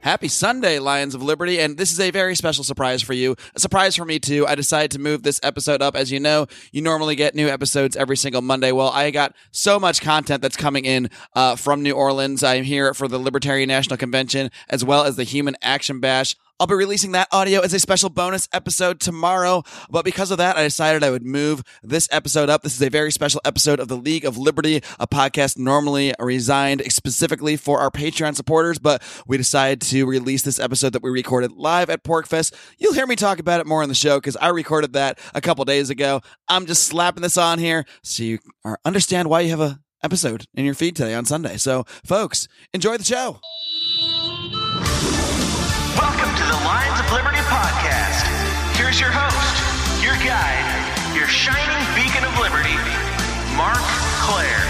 Happy Sunday, Lions of Liberty. And this is a very special surprise for you. A surprise for me, too. I decided to move this episode up. As you know, you normally get new episodes every single Monday. Well, I got so much content that's coming in uh, from New Orleans. I'm here for the Libertarian National Convention as well as the Human Action Bash. I'll be releasing that audio as a special bonus episode tomorrow. But because of that, I decided I would move this episode up. This is a very special episode of the League of Liberty, a podcast normally resigned specifically for our Patreon supporters. But we decided to release this episode that we recorded live at Porkfest. You'll hear me talk about it more in the show because I recorded that a couple days ago. I'm just slapping this on here so you are, understand why you have a episode in your feed today on Sunday. So, folks, enjoy the show. Welcome to the Lions of Liberty podcast. Here's your host, your guide, your shining beacon of liberty, Mark Claire.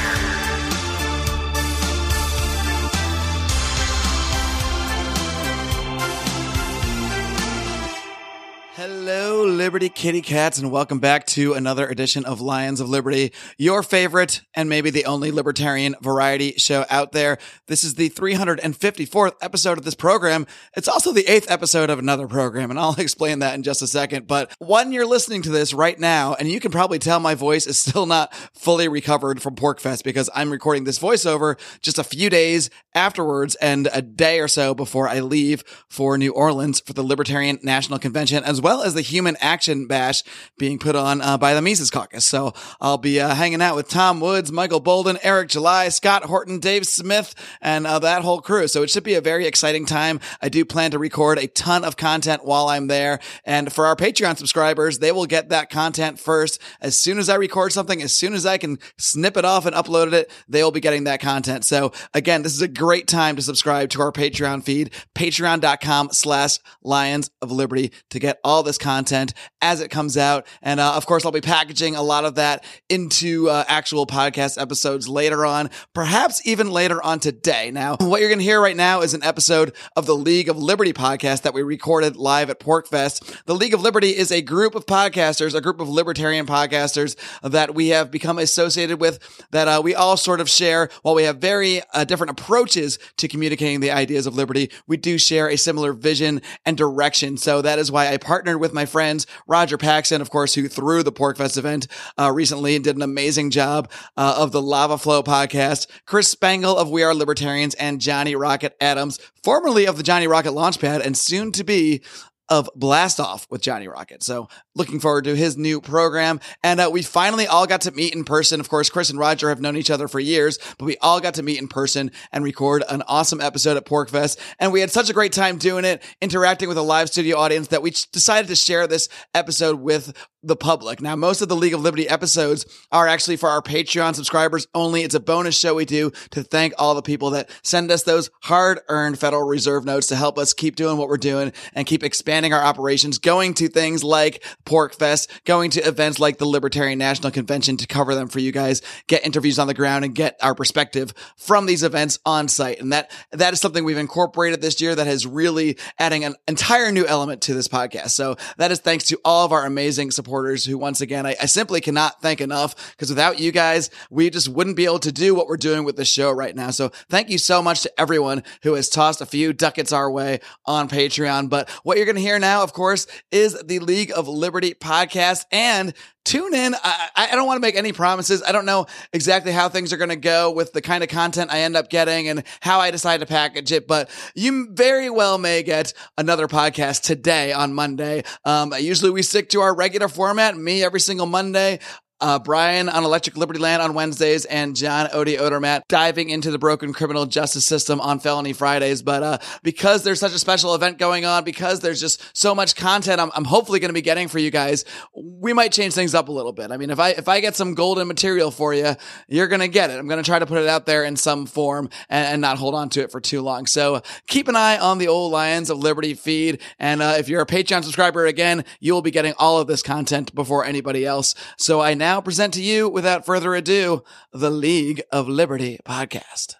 Hello, Liberty Kitty Cats, and welcome back to another edition of Lions of Liberty, your favorite and maybe the only libertarian variety show out there. This is the 354th episode of this program. It's also the eighth episode of another program, and I'll explain that in just a second. But when you're listening to this right now, and you can probably tell my voice is still not fully recovered from Porkfest because I'm recording this voiceover just a few days afterwards and a day or so before I leave for New Orleans for the Libertarian National Convention, as well as the Human Action Bash being put on uh, by the Mises Caucus. So I'll be uh, hanging out with Tom Woods, Michael Bolden, Eric July, Scott Horton, Dave Smith, and uh, that whole crew. So it should be a very exciting time. I do plan to record a ton of content while I'm there. And for our Patreon subscribers, they will get that content first. As soon as I record something, as soon as I can snip it off and upload it, they will be getting that content. So again, this is a great time to subscribe to our Patreon feed, patreon.com slash lions of liberty to get all this content as it comes out. And uh, of course, I'll be packaging a lot of that into uh, actual podcast episodes later on, perhaps even later on today. Now, what you're going to hear right now is an episode of the League of Liberty podcast that we recorded live at Porkfest. The League of Liberty is a group of podcasters, a group of libertarian podcasters that we have become associated with that uh, we all sort of share while we have very uh, different approaches to communicating the ideas of liberty. We do share a similar vision and direction. So that is why I partnered with my friends, Roger Paxton, of course, who threw the Porkfest event uh, recently and did an amazing job uh, of the Lava Flow podcast, Chris Spangle of We Are Libertarians, and Johnny Rocket Adams, formerly of the Johnny Rocket Launchpad and soon to be of Blast Off with Johnny Rocket. So looking forward to his new program. And uh, we finally all got to meet in person. Of course, Chris and Roger have known each other for years, but we all got to meet in person and record an awesome episode at Porkfest. And we had such a great time doing it, interacting with a live studio audience that we ch- decided to share this episode with the public. Now, most of the League of Liberty episodes are actually for our Patreon subscribers only. It's a bonus show we do to thank all the people that send us those hard earned Federal Reserve notes to help us keep doing what we're doing and keep expanding our operations, going to things like Pork Fest, going to events like the Libertarian National Convention to cover them for you guys, get interviews on the ground and get our perspective from these events on site. And that, that is something we've incorporated this year that has really adding an entire new element to this podcast. So that is thanks to all of our amazing supporters who once again I, I simply cannot thank enough because without you guys we just wouldn't be able to do what we're doing with the show right now so thank you so much to everyone who has tossed a few ducats our way on patreon but what you're going to hear now of course is the league of liberty podcast and tune in. I, I don't want to make any promises. I don't know exactly how things are going to go with the kind of content I end up getting and how I decide to package it, but you very well may get another podcast today on Monday. Um, usually we stick to our regular format, me every single Monday. Uh, Brian on Electric Liberty Land on Wednesdays and John Odie Odermatt diving into the broken criminal justice system on Felony Fridays. But uh, because there's such a special event going on, because there's just so much content I'm, I'm hopefully going to be getting for you guys, we might change things up a little bit. I mean, if I if I get some golden material for you, you're going to get it. I'm going to try to put it out there in some form and, and not hold on to it for too long. So keep an eye on the old Lions of Liberty feed. And uh, if you're a Patreon subscriber again, you will be getting all of this content before anybody else. So I now now present to you, without further ado, the League of Liberty podcast.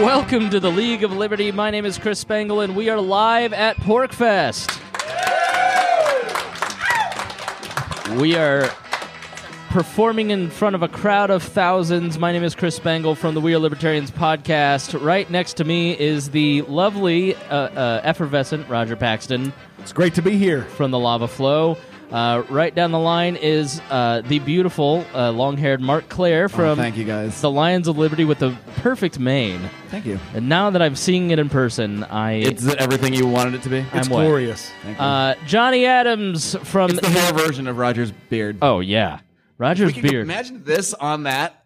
Welcome to the League of Liberty. My name is Chris Spangle, and we are live at Porkfest. We are performing in front of a crowd of thousands. My name is Chris Spangle from the We Are Libertarians podcast. Right next to me is the lovely, uh, uh, effervescent Roger Paxton It's great to be here. from the Lava Flow. Uh, right down the line is uh, the beautiful, uh, long haired Mark Claire from Oh, thank you, guys. the Lions of Liberty with the perfect mane. Thank you. And now that I'm seeing it in person, I Is it everything you wanted it to be? I'm It's wet. glorious. Uh, Johnny Adams from It's the hair version of Roger's beard. oh yeah, Rogers Beard. Imagine this on that,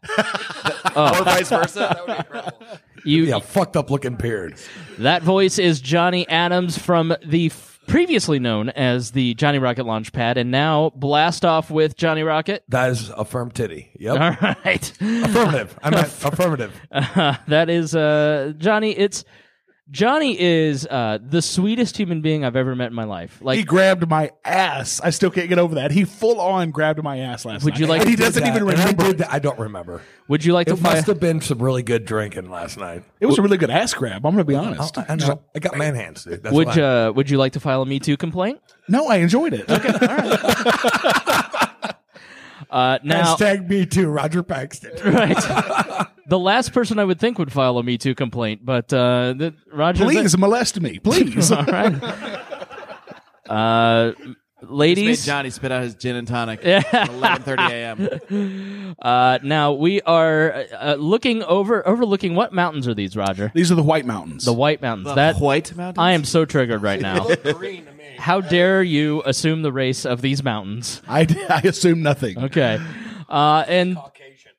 Oh. or vice versa. That would be incredible. You Yeah, fucked up looking beard. that voice is Johnny Adams from the f- previously known as the Johnny Rocket Launchpad, and now blast off with Johnny Rocket. That is a firm titty. Yep. All right, Affirmative. I meant affirmative. that is uh, Johnny. It's Johnny is uh, the sweetest human being I've ever met in my life. He Like, grabbed my ass. I still can't get over that. He full on grabbed my ass last Would night. you like And he to do doesn't even And remember. I, It did that- I don't remember. would you like to It find? must have been some really good drinking last night. was a really good ass grab. I'm going to be honest. Oh, I, know. I got man hands, dude. That's Would why. uh, would you like to file a Me Too complaint? No, I enjoyed it. Okay. Uh, now, Hashtag me too, Roger Paxton. right. the last person I would think would file a Me Too complaint, but uh, the, Roger, Please molest me. Please. all right. Uh, Made ladies, Johnny spit out his gin and tonic at 11:30 a.m. uh, now we are uh, uh, looking over overlooking what mountains are these, Roger? These are the White Mountains. The White Mountains. that White Mountain. I am so triggered right now. How dare you assume the race of these mountains? I, I assume nothing. Okay. Uh, and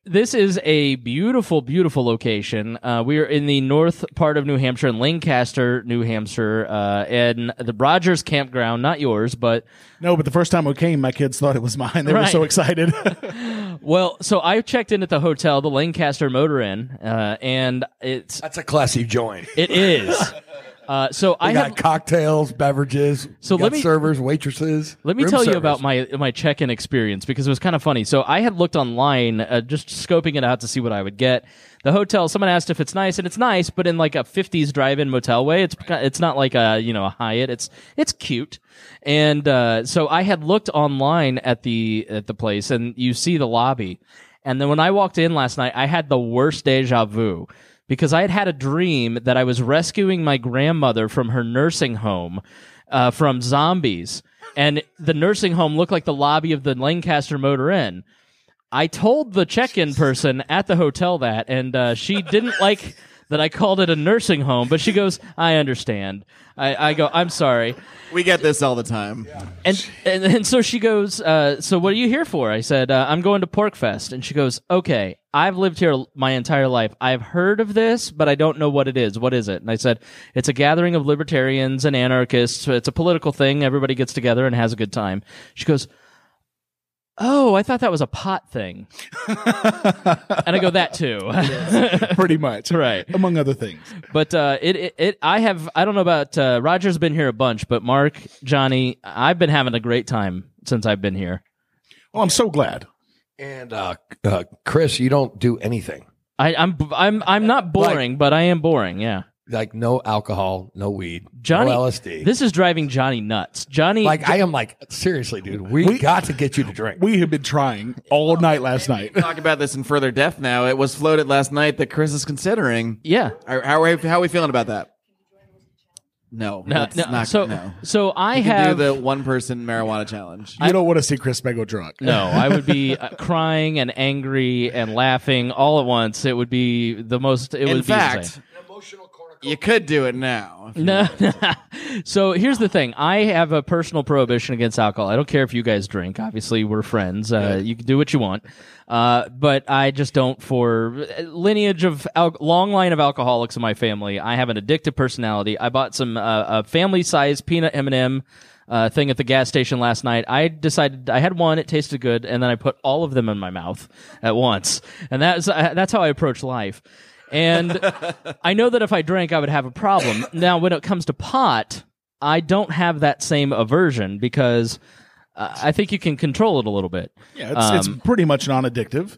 this is a beautiful, beautiful location. Uh, we are in the north part of New Hampshire, in Lancaster, New Hampshire, uh, and the Rogers campground, not yours, but No, but the first time I came, my kids thought it was mine. They were Right. so excited. well, so I checked in at the hotel, the Lancaster Motor Inn, uh, and it's That's a classy joint. it is. Uh, so I We got have cocktails, beverages. So we got let me- servers, waitresses. Let me room tell you servers. about my my check-in experience because it was kind of funny. So I had looked online, uh, just scoping it out to see what I would get. The hotel. Someone asked if it's nice, and it's nice, but in like a '50s drive-in motel way. It's it's not like a you know a Hyatt. It's it's cute. And uh, so I had looked online at the at the place, and you see the lobby. And then when I walked in last night, I had the worst deja vu because I had had a dream that I was rescuing my grandmother from her nursing home uh, from zombies. And the nursing home looked like the lobby of the Lancaster Motor Inn. I told the check-in person at the hotel that, and uh, she didn't like that I called it a nursing home. But she goes, "I understand." I, I go, "I'm sorry," We get this all the time. and and, and so she goes, uh, "So what are you here for?" I said, uh, "I'm going to Porkfest," and she goes, "Okay, I've lived here my entire life. I've heard of this, but I don't know what it is. What is it?" And I said, "It's a gathering of libertarians and anarchists. It's a political thing. Everybody gets together and has a good time." She goes. Oh, I thought that was a pot thing. and I go that too. Pretty much. Right. Among other things. but uh, it, it it I have I don't know about uh, Roger's been here a bunch, but Mark, Johnny, I've been having a great time since I've been here. Well, Oh, I'm so glad. And uh, uh, Chris, you don't do anything. I, I'm b- I'm I'm not boring, but I am boring. Yeah, Like no alcohol, no weed, Johnny, no LSD. This is driving Johnny nuts. Johnny, like I am like seriously, dude. We, We- got to get you to drink. We have been trying all night last night. Talk about this in further depth now. It was floated last night that Chris is considering. yeah. Are- How are how are we feeling about that? No, No, that's no, not so no. so I We can have do the one person marijuana challenge. You don't want to see Chris Mego drunk. no. I would be uh, crying and angry and laughing all at once. It would be the most. It In would be fact, insane. you could do it now. if you No. so here's the thing. I have a personal prohibition against alcohol. I don't care if you guys drink. Obviously, we're friends. Uh, you can do what you want. Uh, but I just don't for uh, lineage of al- long line of alcoholics in my family. I have an addictive personality. I bought some uh, a family size peanut M and m uh, thing at the gas station last night. I decided I had one. It tasted good, and then I put all of them in my mouth at once, and that's uh, that's how I approach life. And I know that if I drank, I would have a problem. Now, when it comes to pot, I don't have that same aversion because uh, I think you can control it a little bit. Um, Yeah, it's, it's pretty much non-addictive.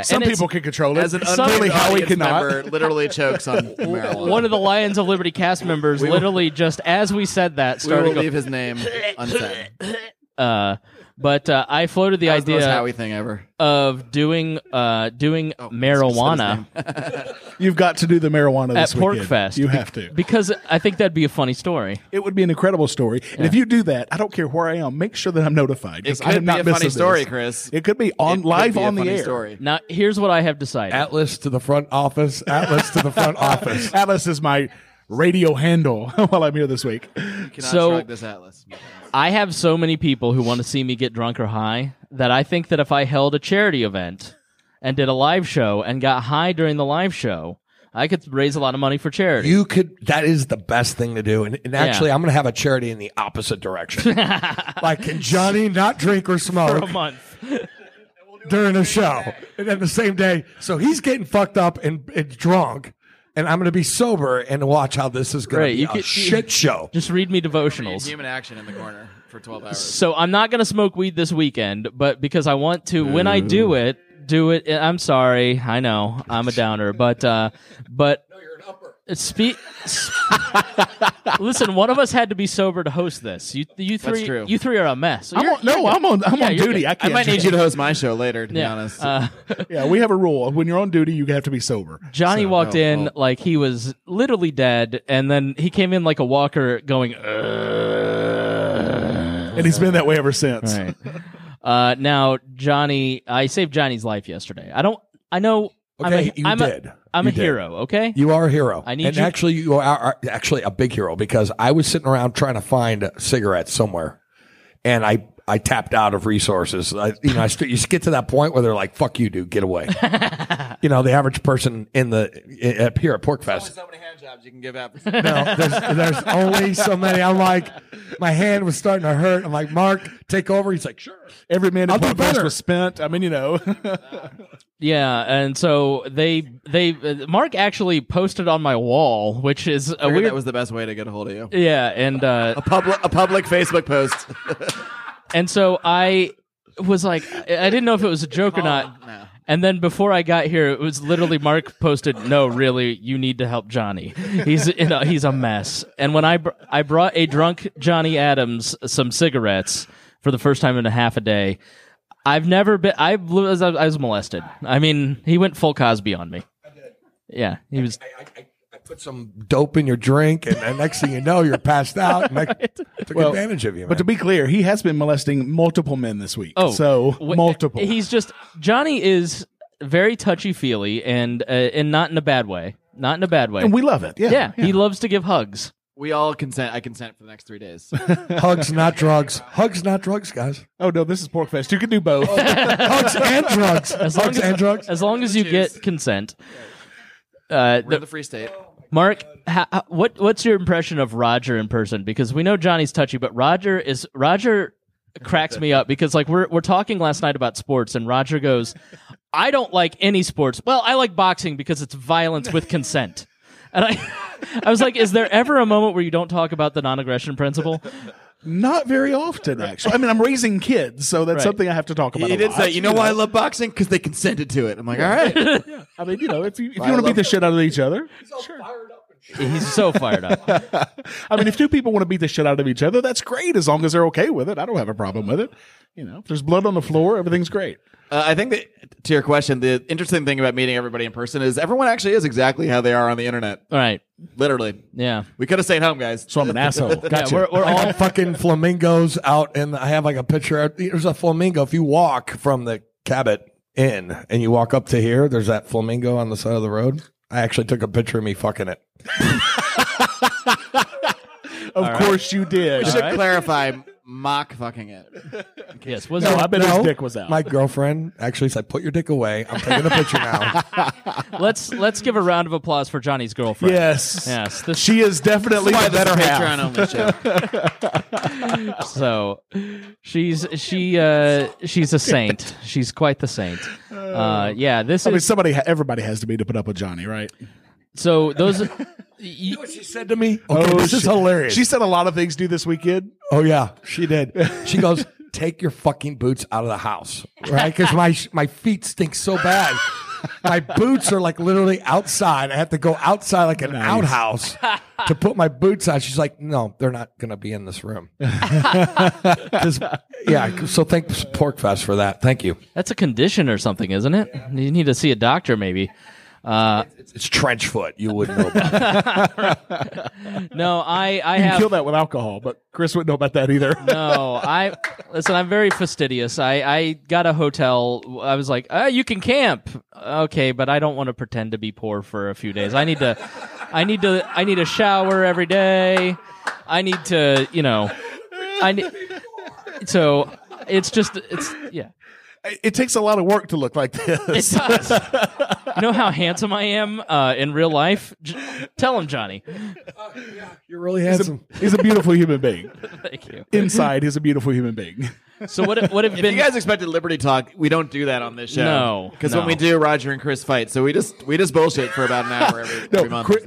some and it's- people can control it. As an Some- unnamed Clearly, Howie audience cannot. member literally chokes on marijuana. One of the Lions of Liberty cast members literally just as we said that we will started. leave his name unsaid. uh, but uh, I floated the That was the most idea Howie thing ever. Oh, of doing uh, doing marijuana You've got to do the marijuana at this weekend. Porkfest. You be- have to. because I think that'd be a funny story. It would be an incredible story. And if you do that, I don't care where I am. Make sure that I'm notified. 'cause It I could am not be a funny missing story, this. Chris. It could be on It could live be a on the funny air. Story. Now, here's what I have decided. Atlas to the front office. Atlas to the front office. Atlas is my radio handle while I'm here this week. Cannot So- shrug this atlas. I have so many people who want to see me get drunk or high that I think that if I held a charity event and did a live show and got high during the live show, I could raise a lot of money for charity. You could. That is the best thing to do. And, and actually, I'm going to have a charity in the opposite direction. like, can Johnny not drink or smoke a month. during a show? And then the same day, so he's getting fucked up and, and drunk, and I'm going to be sober and watch how this is going Right, to be you a could- shit show. Just read me devotionals. Human action in the corner for 12 hours. So I'm not going to smoke weed this weekend, but because I want to, when I do it, do it. eh, I'm sorry. I know I'm a downer, but, uh, but Spe- s- Listen, one of us had to be sober to host this. You, you three, true. you three are a mess. I'm You're- on, no, you're good. I'm on. I'm Yeah, on you're duty. good. I I can't. might need drink. you to host my show later, to be Yeah. honest. Uh, Yeah, we have a rule. When you're on duty, you have to be sober. Johnny walked no, in well- like he was literally dead, and then he came in like a walker going. "Ugh." And he's been that way ever since. Right. Uh, now Johnny, I saved Johnny's life yesterday. I don't. I know. I'm Okay, a, you I'm did. A, I'm You a did. hero. Okay. You are a hero. I need and you- actually, you are, are actually a big hero because I was sitting around trying to find cigarettes somewhere, and I I tapped out of resources. I, you know, I st- you just get to that point where they're like, "Fuck you, dude, get away." you know, the average person in the i- up here at Oh, Porkfest. so many hand jobs you can give out. No, there's, there's only so many. I'm like, my hand was starting to hurt. I'm like, Mark, take over. He's like, sure. Every man I'll in do Porkfest better. was spent. I mean, you know, Yeah, and so they they uh, Mark actually posted on my wall, which is a weird. that was the best way to get a hold of you. uh, yeah, and uh, A public, a public Facebook post. and so I was like, I I didn't know if it was a joke or not. No. And then before I got here, it was literally Mark posted, "No, really, you need to help Johnny. He's you know, he's a mess." And when I br- I brought a drunk Johnny Adams some cigarettes for the first time in a half a day, I've never been. I was I was molested. I mean, he went full Cosby on me. Yeah, he was. I, I, I- I put some dope in your drink, and, and next thing you know, Oh, you're passed out. And I took Well, advantage of you. Man. But to be clear, he has been molesting multiple men this week. Oh, so wh- multiple. He's just Johnny is very touchy feely and uh, and not in a bad way. Not in a bad way. and we love it. Yeah, yeah, he loves to give hugs. We all consent. I consent for the next three days. Hugs, not drugs. Hugs, not drugs, guys. Oh no, this is Porkfest. You can do both. Hugs and drugs. long Hugs as- and drugs. As long as you get consent. Uh, We're in the, the free state. Mark, ha, ha- what what's your impression of Roger in person? Because we know Johnny's touchy, but Roger is Roger cracks me up because like we're we're talking last night about sports, and Roger goes, "I don't like any sports. Well, I like boxing because it's violence with consent." And I, I was like, "Is there ever a moment where you don't talk about the non-aggression principle?" Not very often, actually. I mean, I'm raising kids, so that's Right. something I have to talk about. He a did lot, say, you know why I love boxing? Because they consented to it. I'm like, all right. I mean, you know, if you if you want to beat the shit out of each other, He's so fired up. I mean, if two people want to beat the shit out of each other, that's great as long as they're okay with it. I don't have a problem with it. You know, if there's blood on the floor, everything's great. Uh, I think that to your question, the interesting thing about meeting everybody in person is everyone actually is exactly how they are on the internet. All right, Literally. yeah. We could have stayed home, guys. So I'm an asshole. Yeah, Gotcha. we're, we're I all got fucking flamingos out, and I have like a picture. There's a flamingo. If you walk from the Cabot Inn and you walk up to here, there's that flamingo on the side of the road. I actually took a picture of me fucking it. of course you did. We should clarify mock fucking it. yes. Was No, it- I bet his dick was out. My girlfriend actually said, "Put your dick away." I'm taking a picture now. let's let's give a round of applause for Johnny's girlfriend. yes. Yes. This She is definitely the better half. Patreon only show. so she's she uh she's a saint she's quite the saint uh yeah this I mean, is somebody, everybody has to be to put up with Johnny, right? So those. y- what she said to me? Okay, this is hilarious. Oh, She said a lot of things due this weekend. oh yeah, she did. she goes, "Take your fucking boots out of the house, right? Because my my feet stink so bad. My boots are like literally outside. I have to go outside like an outhouse to put my boots on." She's like, "No, they're not gonna be in this room." 'Cause- yeah. So thanks Porkfest for that. Thank you. That's a condition or something, isn't it? You need to see a doctor, maybe. Uh, It's trench foot. You wouldn't know. About No, I, I You can have. kill that with alcohol, but Chris wouldn't know about that either. No, I listen. I'm very fastidious. I, I got a hotel. I was like, uh, you can camp, okay, but I don't want to pretend to be poor for a few days. I need to, I need to, I need a shower every day. I need to, you know, I need. So it's just it's yeah. It takes a lot of work to look like this. you know how handsome I am uh, in real life. J- tell him, Johnny. You're really He's a, he's a beautiful human being. Thank you. Inside, he's a beautiful human being. So what? What have If been? you guys expected Liberty Talk, we don't do that on this show. No, because no. when we do, Roger and Chris fight. So we just we just bullshit for about an hour every, every No, month. Chris,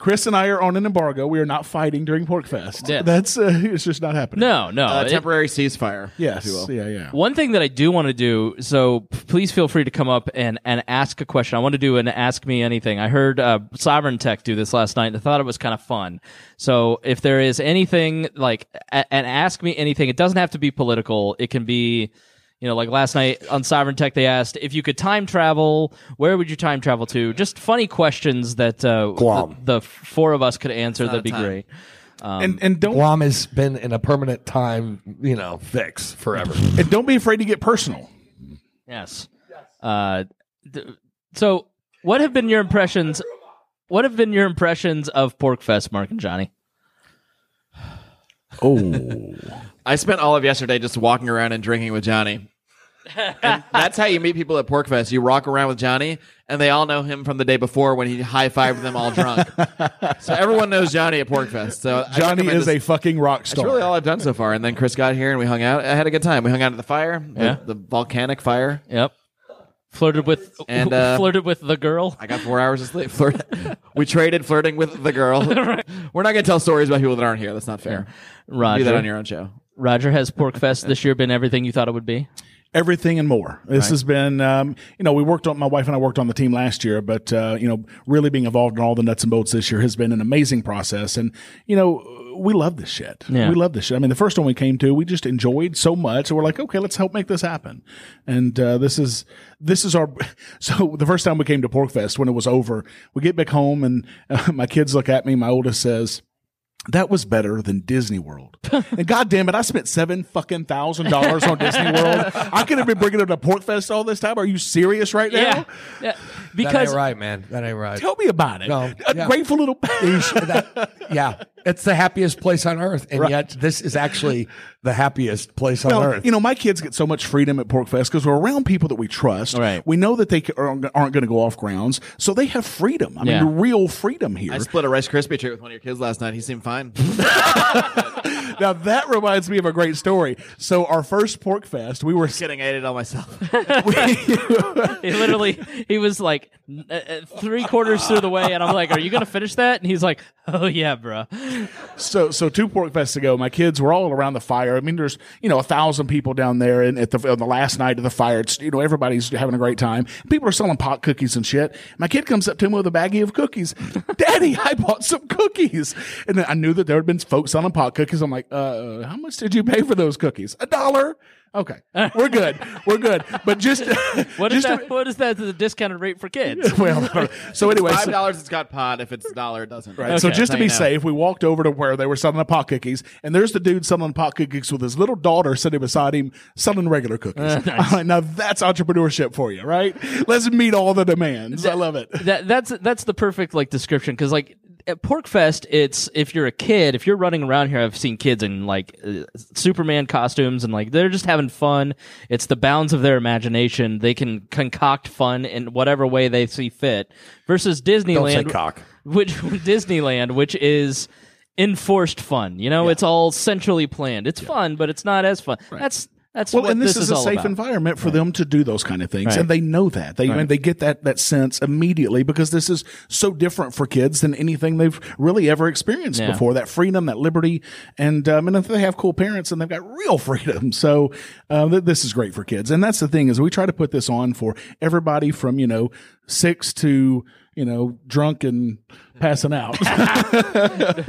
Chris and I are on an embargo. We are not fighting during Porkfest. Yes. That's uh, it's just not happening. no, no. a it- temporary ceasefire. Yes. if you will. Yeah. Yeah. One thing that I do want to do, so p- please feel free to come up and, and ask a question. I want to do an ask me anything. I heard uh, Sovereign Tech do this last night and I thought it was kind of fun. So if there is anything like a- an ask me anything, it doesn't have to be political. It can be, you know, like last night on Sovereign Tech, they asked if you could time travel, where would you time travel to? Just funny questions that uh, Guam. The, the four of us could answer. That'd be time. great. and and don't Guam has been in a permanent time, you know, fix forever. and don't be afraid to get personal. Yes. Uh, th- so, what have been your impressions? What have been your impressions of Porkfest, Mark and Johnny? Oh. I spent all of yesterday just walking around and drinking with Johnny. and that's how you meet people at Porkfest. You walk around with Johnny, and they all know him from the day before when he high fived them all drunk. so everyone knows Johnny at Porkfest. So I Johnny recommend is this- a fucking rock That's star. really all I've done so far. And then Chris got here and we hung out. I had a good time. We hung out at the fire, the, Yeah. the volcanic fire. Yep. Flirted with And, uh, flirted with the girl. I got four hours of sleep. Flirt. we traded flirting with the girl. We're not going to tell stories about people that aren't here. That's not fair. Roger. Do that on your own show. Roger has Porkfest this year been everything you thought it would be. everything and more. This has been, um, you know, we worked on my wife and I worked on the team last year, but uh, you know, really being involved in all the nuts and bolts this year has been an amazing process. And you know, we love this shit. Yeah. We love this shit. I mean, the first one we came to, we just enjoyed so much, and we're like, okay, let's help make this happen. And uh, this is this is our. So the first time we came to Porkfest, when it was over, we get back home and uh, my kids look at me. My oldest says that was better than Disney World. and God damn it, I spent seven fucking thousand dollars on Disney World. I could have been bringing them to Portfest all this time. Are you serious right now? Yeah. yeah. That ain't Because right, man. That ain't right. Tell me about it. No, a yeah. grateful little These- that- yeah, it's the happiest place on earth, and yet this is actually the happiest place on Well, earth. you know, my kids get so much freedom at Porkfest because we're around people that we trust. Right. We know that they c- aren't going to go off grounds, so they have freedom. I Yeah. mean, real freedom here. I split a Rice Krispie treat with one of your kids last night. He seemed fine. now that reminds me of a great story. So our first Porkfest, we were Kidding. I ate it all myself. he literally he was like n- uh, uh, three quarters through the way, and I'm like, "Are you gonna finish that?" And he's like, "Oh yeah, bro." So, so two pork fests ago, my kids were all around the fire. I mean, there's you know a thousand people down there, and at the on the last night of the fire, it's you know everybody's having a great time. People are selling pot cookies and shit. My kid comes up to me with a baggie of cookies. Daddy, I bought some cookies, and then I knew that there had been folks selling pot cookies. I'm like, uh, how much did you pay for those cookies? A dollar. Okay, we're good. We're good. But just What is just that? what is that? The discounted rate for kids? A, well, I don't know. so anyway, Five so- dollars, it's got pot. If it's a dollar, it doesn't. Right. so Okay. just to That's how be you know. safe, we walked over to where they were selling the pot cookies, and there's the dude selling pot cookies with his little daughter sitting beside him selling regular cookies. I'm like, now that's entrepreneurship for you, right? Let's meet all the demands. I love it. that that's that's the perfect like description because like at Porkfest, it's if you're a kid, if you're running around here, I've seen kids in like uh, Superman costumes and like they're just having fun. It's the bounds of their imagination. They can concoct fun in whatever way they see fit. Versus Don't say Disneyland, cock. which Disneyland, which is enforced fun. You know, it's all centrally planned. It's fun, but it's not as fun. That's That's Well, what and this, is, a all safe about. environment for them to do those kind of things, Right. and they know that they and they get that that sense immediately because this is so different for kids than anything they've really ever experienced Yeah. before. That freedom, that liberty, and um, and if they have cool parents and they've got real freedom, so uh, th- this is great for kids. And that's the thing is we try to put this on for everybody from you know six to you know drunk and passing out.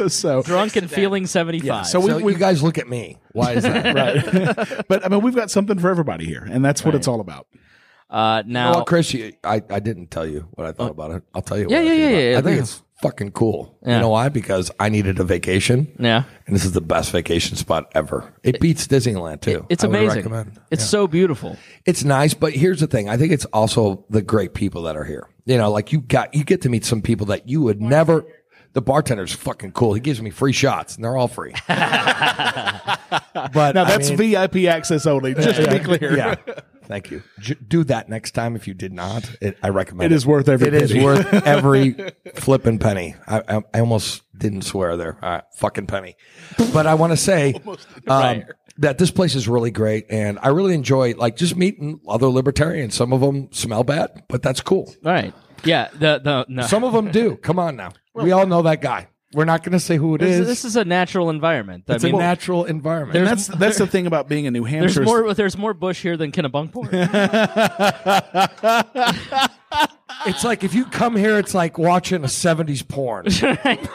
so Drunk and feeling seventy five. so we, So we you guys look at me. Why is that? but I mean we've got something for everybody here, and that's what it's all about. uh, now, Oh. Well, Chris, you, I, I didn't tell you what I thought about it. I'll tell you. Yeah, what yeah, I think yeah, about it. yeah, I think yeah. it's fucking cool. Yeah. You know why? Because I needed a vacation. Yeah. And this is the best vacation spot ever. It, beats Disneyland too. it's I would amazing. recommend. It's so beautiful. It's nice, but here's the thing. I think it's also the great people that are here. You know, like you got you get to meet some people that you would never. The bartender's fucking cool. He gives me free shots, and they're all free. but Now I that's mean, VIP access only. Just to be clear. yeah. Thank you. J- do that next time if you did not. It, I recommend It is worth every It is penny. worth every flipping penny. I, I, I almost didn't swear there. All right, fucking penny. But I want to say um, that this place is really great, and I really enjoy like just meeting other libertarians. Some of them smell bad, but that's cool. All right. Yeah. The the no. Some of them do. Come on now, we all know that guy. We're not going to say who it this, is. this is a natural environment. it's I a mean, natural environment. And that's that's the thing about being in New Hampshire. there's is- more. There's more bush here than Kennebunkport. it's like if you come here, it's like watching a '70s porn.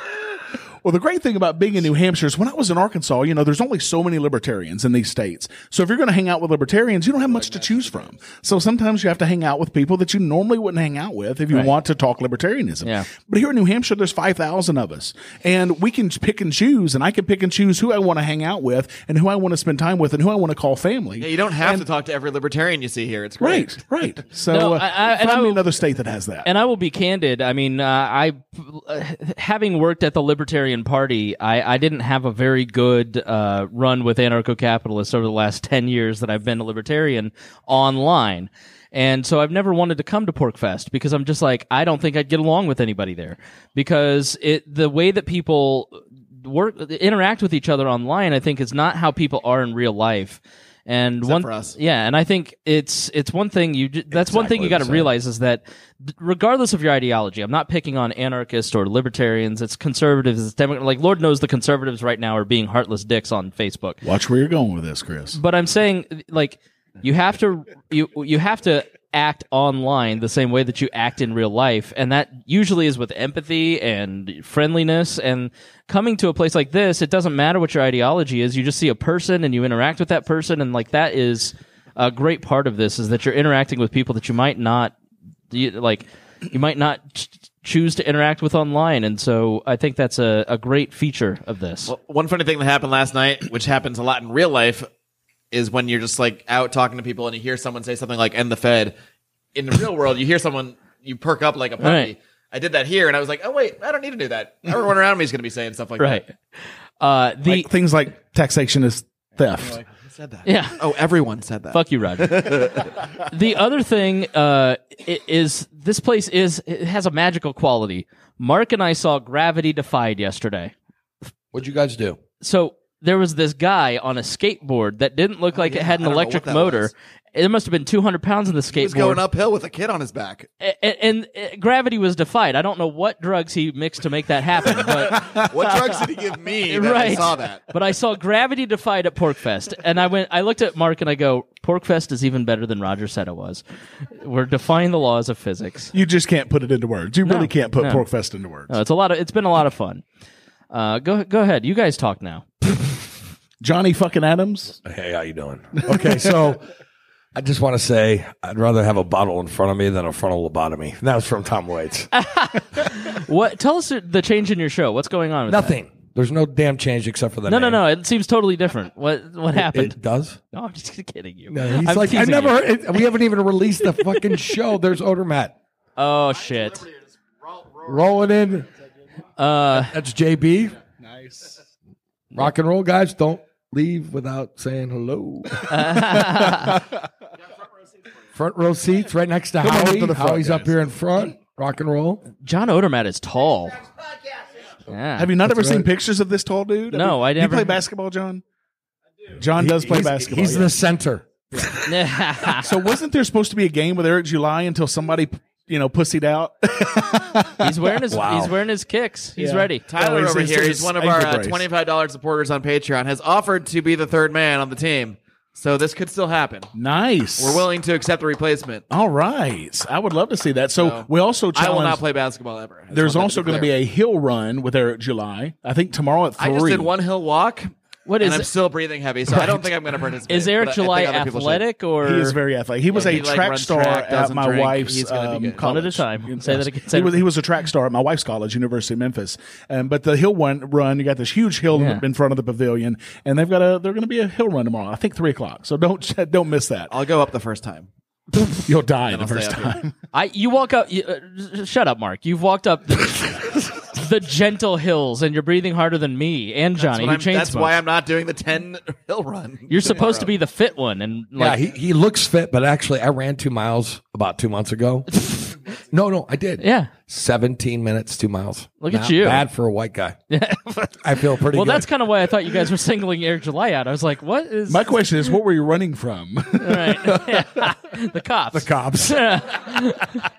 Well, the great thing about being in New Hampshire is when I was in Arkansas, you know, there's only so many libertarians in these states. So if you're going to hang out with libertarians, you don't have much to choose from. So sometimes you have to hang out with people that you normally wouldn't hang out with if you want to talk libertarianism. Yeah. But here in New Hampshire, there's 5,000 of us and we can pick and choose and I can pick and choose who I want to hang out with and who I want to spend time with and who I want to call family. Yeah, you don't have to talk to every libertarian you see here. It's great. Right, right. So No, uh, I- I- and find I me will- another state that has that. and I will be candid. I mean, uh, I uh, having worked at the Libertarian Party, I, I didn't have a very good uh, run with anarcho-capitalists over the last ten years that I've been a libertarian online. And so I've never wanted to come to Porkfest because I'm just like I don't think I'd get along with anybody there because it the way that people work interact with each other online I think is not how people are in real life. And one for us. yeah, and I think it's it's one thing you ju- that's one thing you Exactly got the to same. realize is that d- regardless of your ideology, I'm not picking on anarchists or libertarians. It's conservatives. It's Demo- like Lord knows the conservatives right now are being heartless dicks on Facebook. Watch where you're going with this, Chris. But I'm saying like you have to you you have to act online the same way that you act in real life, and that usually is with empathy and friendliness. And coming to a place like this, it doesn't matter what your ideology is. You just see a person and you interact with that person, and like that is a great part of this is that you're interacting with people that you might not you, like you might not ch- choose to interact with online and so i think that's a, a great feature of this One funny thing that happened last night, which happens a lot in real life, is when you're just like out talking to people and you hear someone say something like "end the Fed." In the real world, you hear someone, you perk up like a puppy. Right. I did that here, and I was like, "Oh wait, I don't need to do that." Everyone around me is going to be saying stuff like right that. uh the Like, things like taxation is theft. Who said that? yeah Oh, everyone said that. Fuck you, Roger. the other thing uh, i- is this place is it has a magical quality. Mark and I saw Gravity Defied yesterday. What'd you guys do? So there was this guy on a skateboard that didn't look like it had an I don't know electric what that motor. was. There must have been 200 pounds in the skateboard. He was going uphill with a kid on his back. A- a- and, uh, gravity was defied. I don't know what drugs he mixed to make that happen, but What drugs did he give me? That I right. saw that. But I saw Gravity Defied at Porkfest, and I went. I looked at Mark and I go, Porkfest is even better than Roger said it was. We're defying the laws of physics. You just can't put it into words. You really can't put no. Porkfest into words. No, it's a lot of. It's been a lot of fun. Uh, go go ahead. You guys talk now. Johnny fucking Adams. Hey, how you doing? Okay, so I just want to say I'd rather have a bottle in front of me than a frontal lobotomy. That was from Tom Waits. What? Tell us the change in your show. What's going on? With that? Nothing. There's no damn change except for the No, no, name. no. It seems totally different. What what happened? It does. no, I'm just kidding you. He's I'm like, I teasing never. you. Heard it. We haven't even released the fucking show. There's Odor Matt Oh shit. rolling in. Uh, That's JB. Nice. Rock and roll guys, don't leave without saying hello. front row seats right next to on up Howie. to the front, Howie's up guys. here in front. Rock and roll. John Odermatt is tall. Yeah. Have you not ever seen right. pictures of this tall dude? No, I You never- play basketball, John? John does play he's, basketball. He's yeah. the center. so wasn't there supposed to be a game with Eric July until somebody you know pussied out? he's wearing his Wow. he's wearing his kicks. He's Yeah. ready. Tyler Oh, he's- over he's here, just- he's one of he's our the uh, brace. $25 supporters on Patreon, has offered to be the third man on the team. So this could still happen. nice. We're willing to accept a replacement. All right. I would love to see that. So No. we also challenge. I will not play basketball ever. I just There's want that also to be going to be clear. a hill run with Eric July. I think tomorrow at three. I just did one hill walk. What and is I'm it? still breathing heavy, so I don't think I'm going to participate. Is Eric but I think July other people should. athletic or He is very athletic. He was Yeah, a he, like, track runs star track, at doesn't my drink. wife's He's gonna be um, good. college. One at a time. Say that again. Say He was, that- he was a track star at my wife's college, University of Memphis. Um, but the hill one run, you got this huge hill Yeah. in front of the pavilion, and they've got a they're going to be a hill run tomorrow. I think three o'clock. So don't don't miss that. I'll go up the first time. You'll die the I'll first stay up here. time. I you walk up. You, uh, shut up, Mark. You've walked up the, the gentle hills, and you're breathing harder than me and Johnny. But who I'm- chain that's smokes. why I'm not doing the 10 hill run. You're supposed to be the fit one, and like yeah, he, he looks fit, but actually, I ran two miles about two months ago. no, no, I did. Yeah. 17 minutes, two miles. Look at Not you. Bad for a white guy. I feel pretty well, good. that's kind of why I thought you guys were singling Eric July out. I was like, what is My question is, what were you running from? right? the cops. The cops.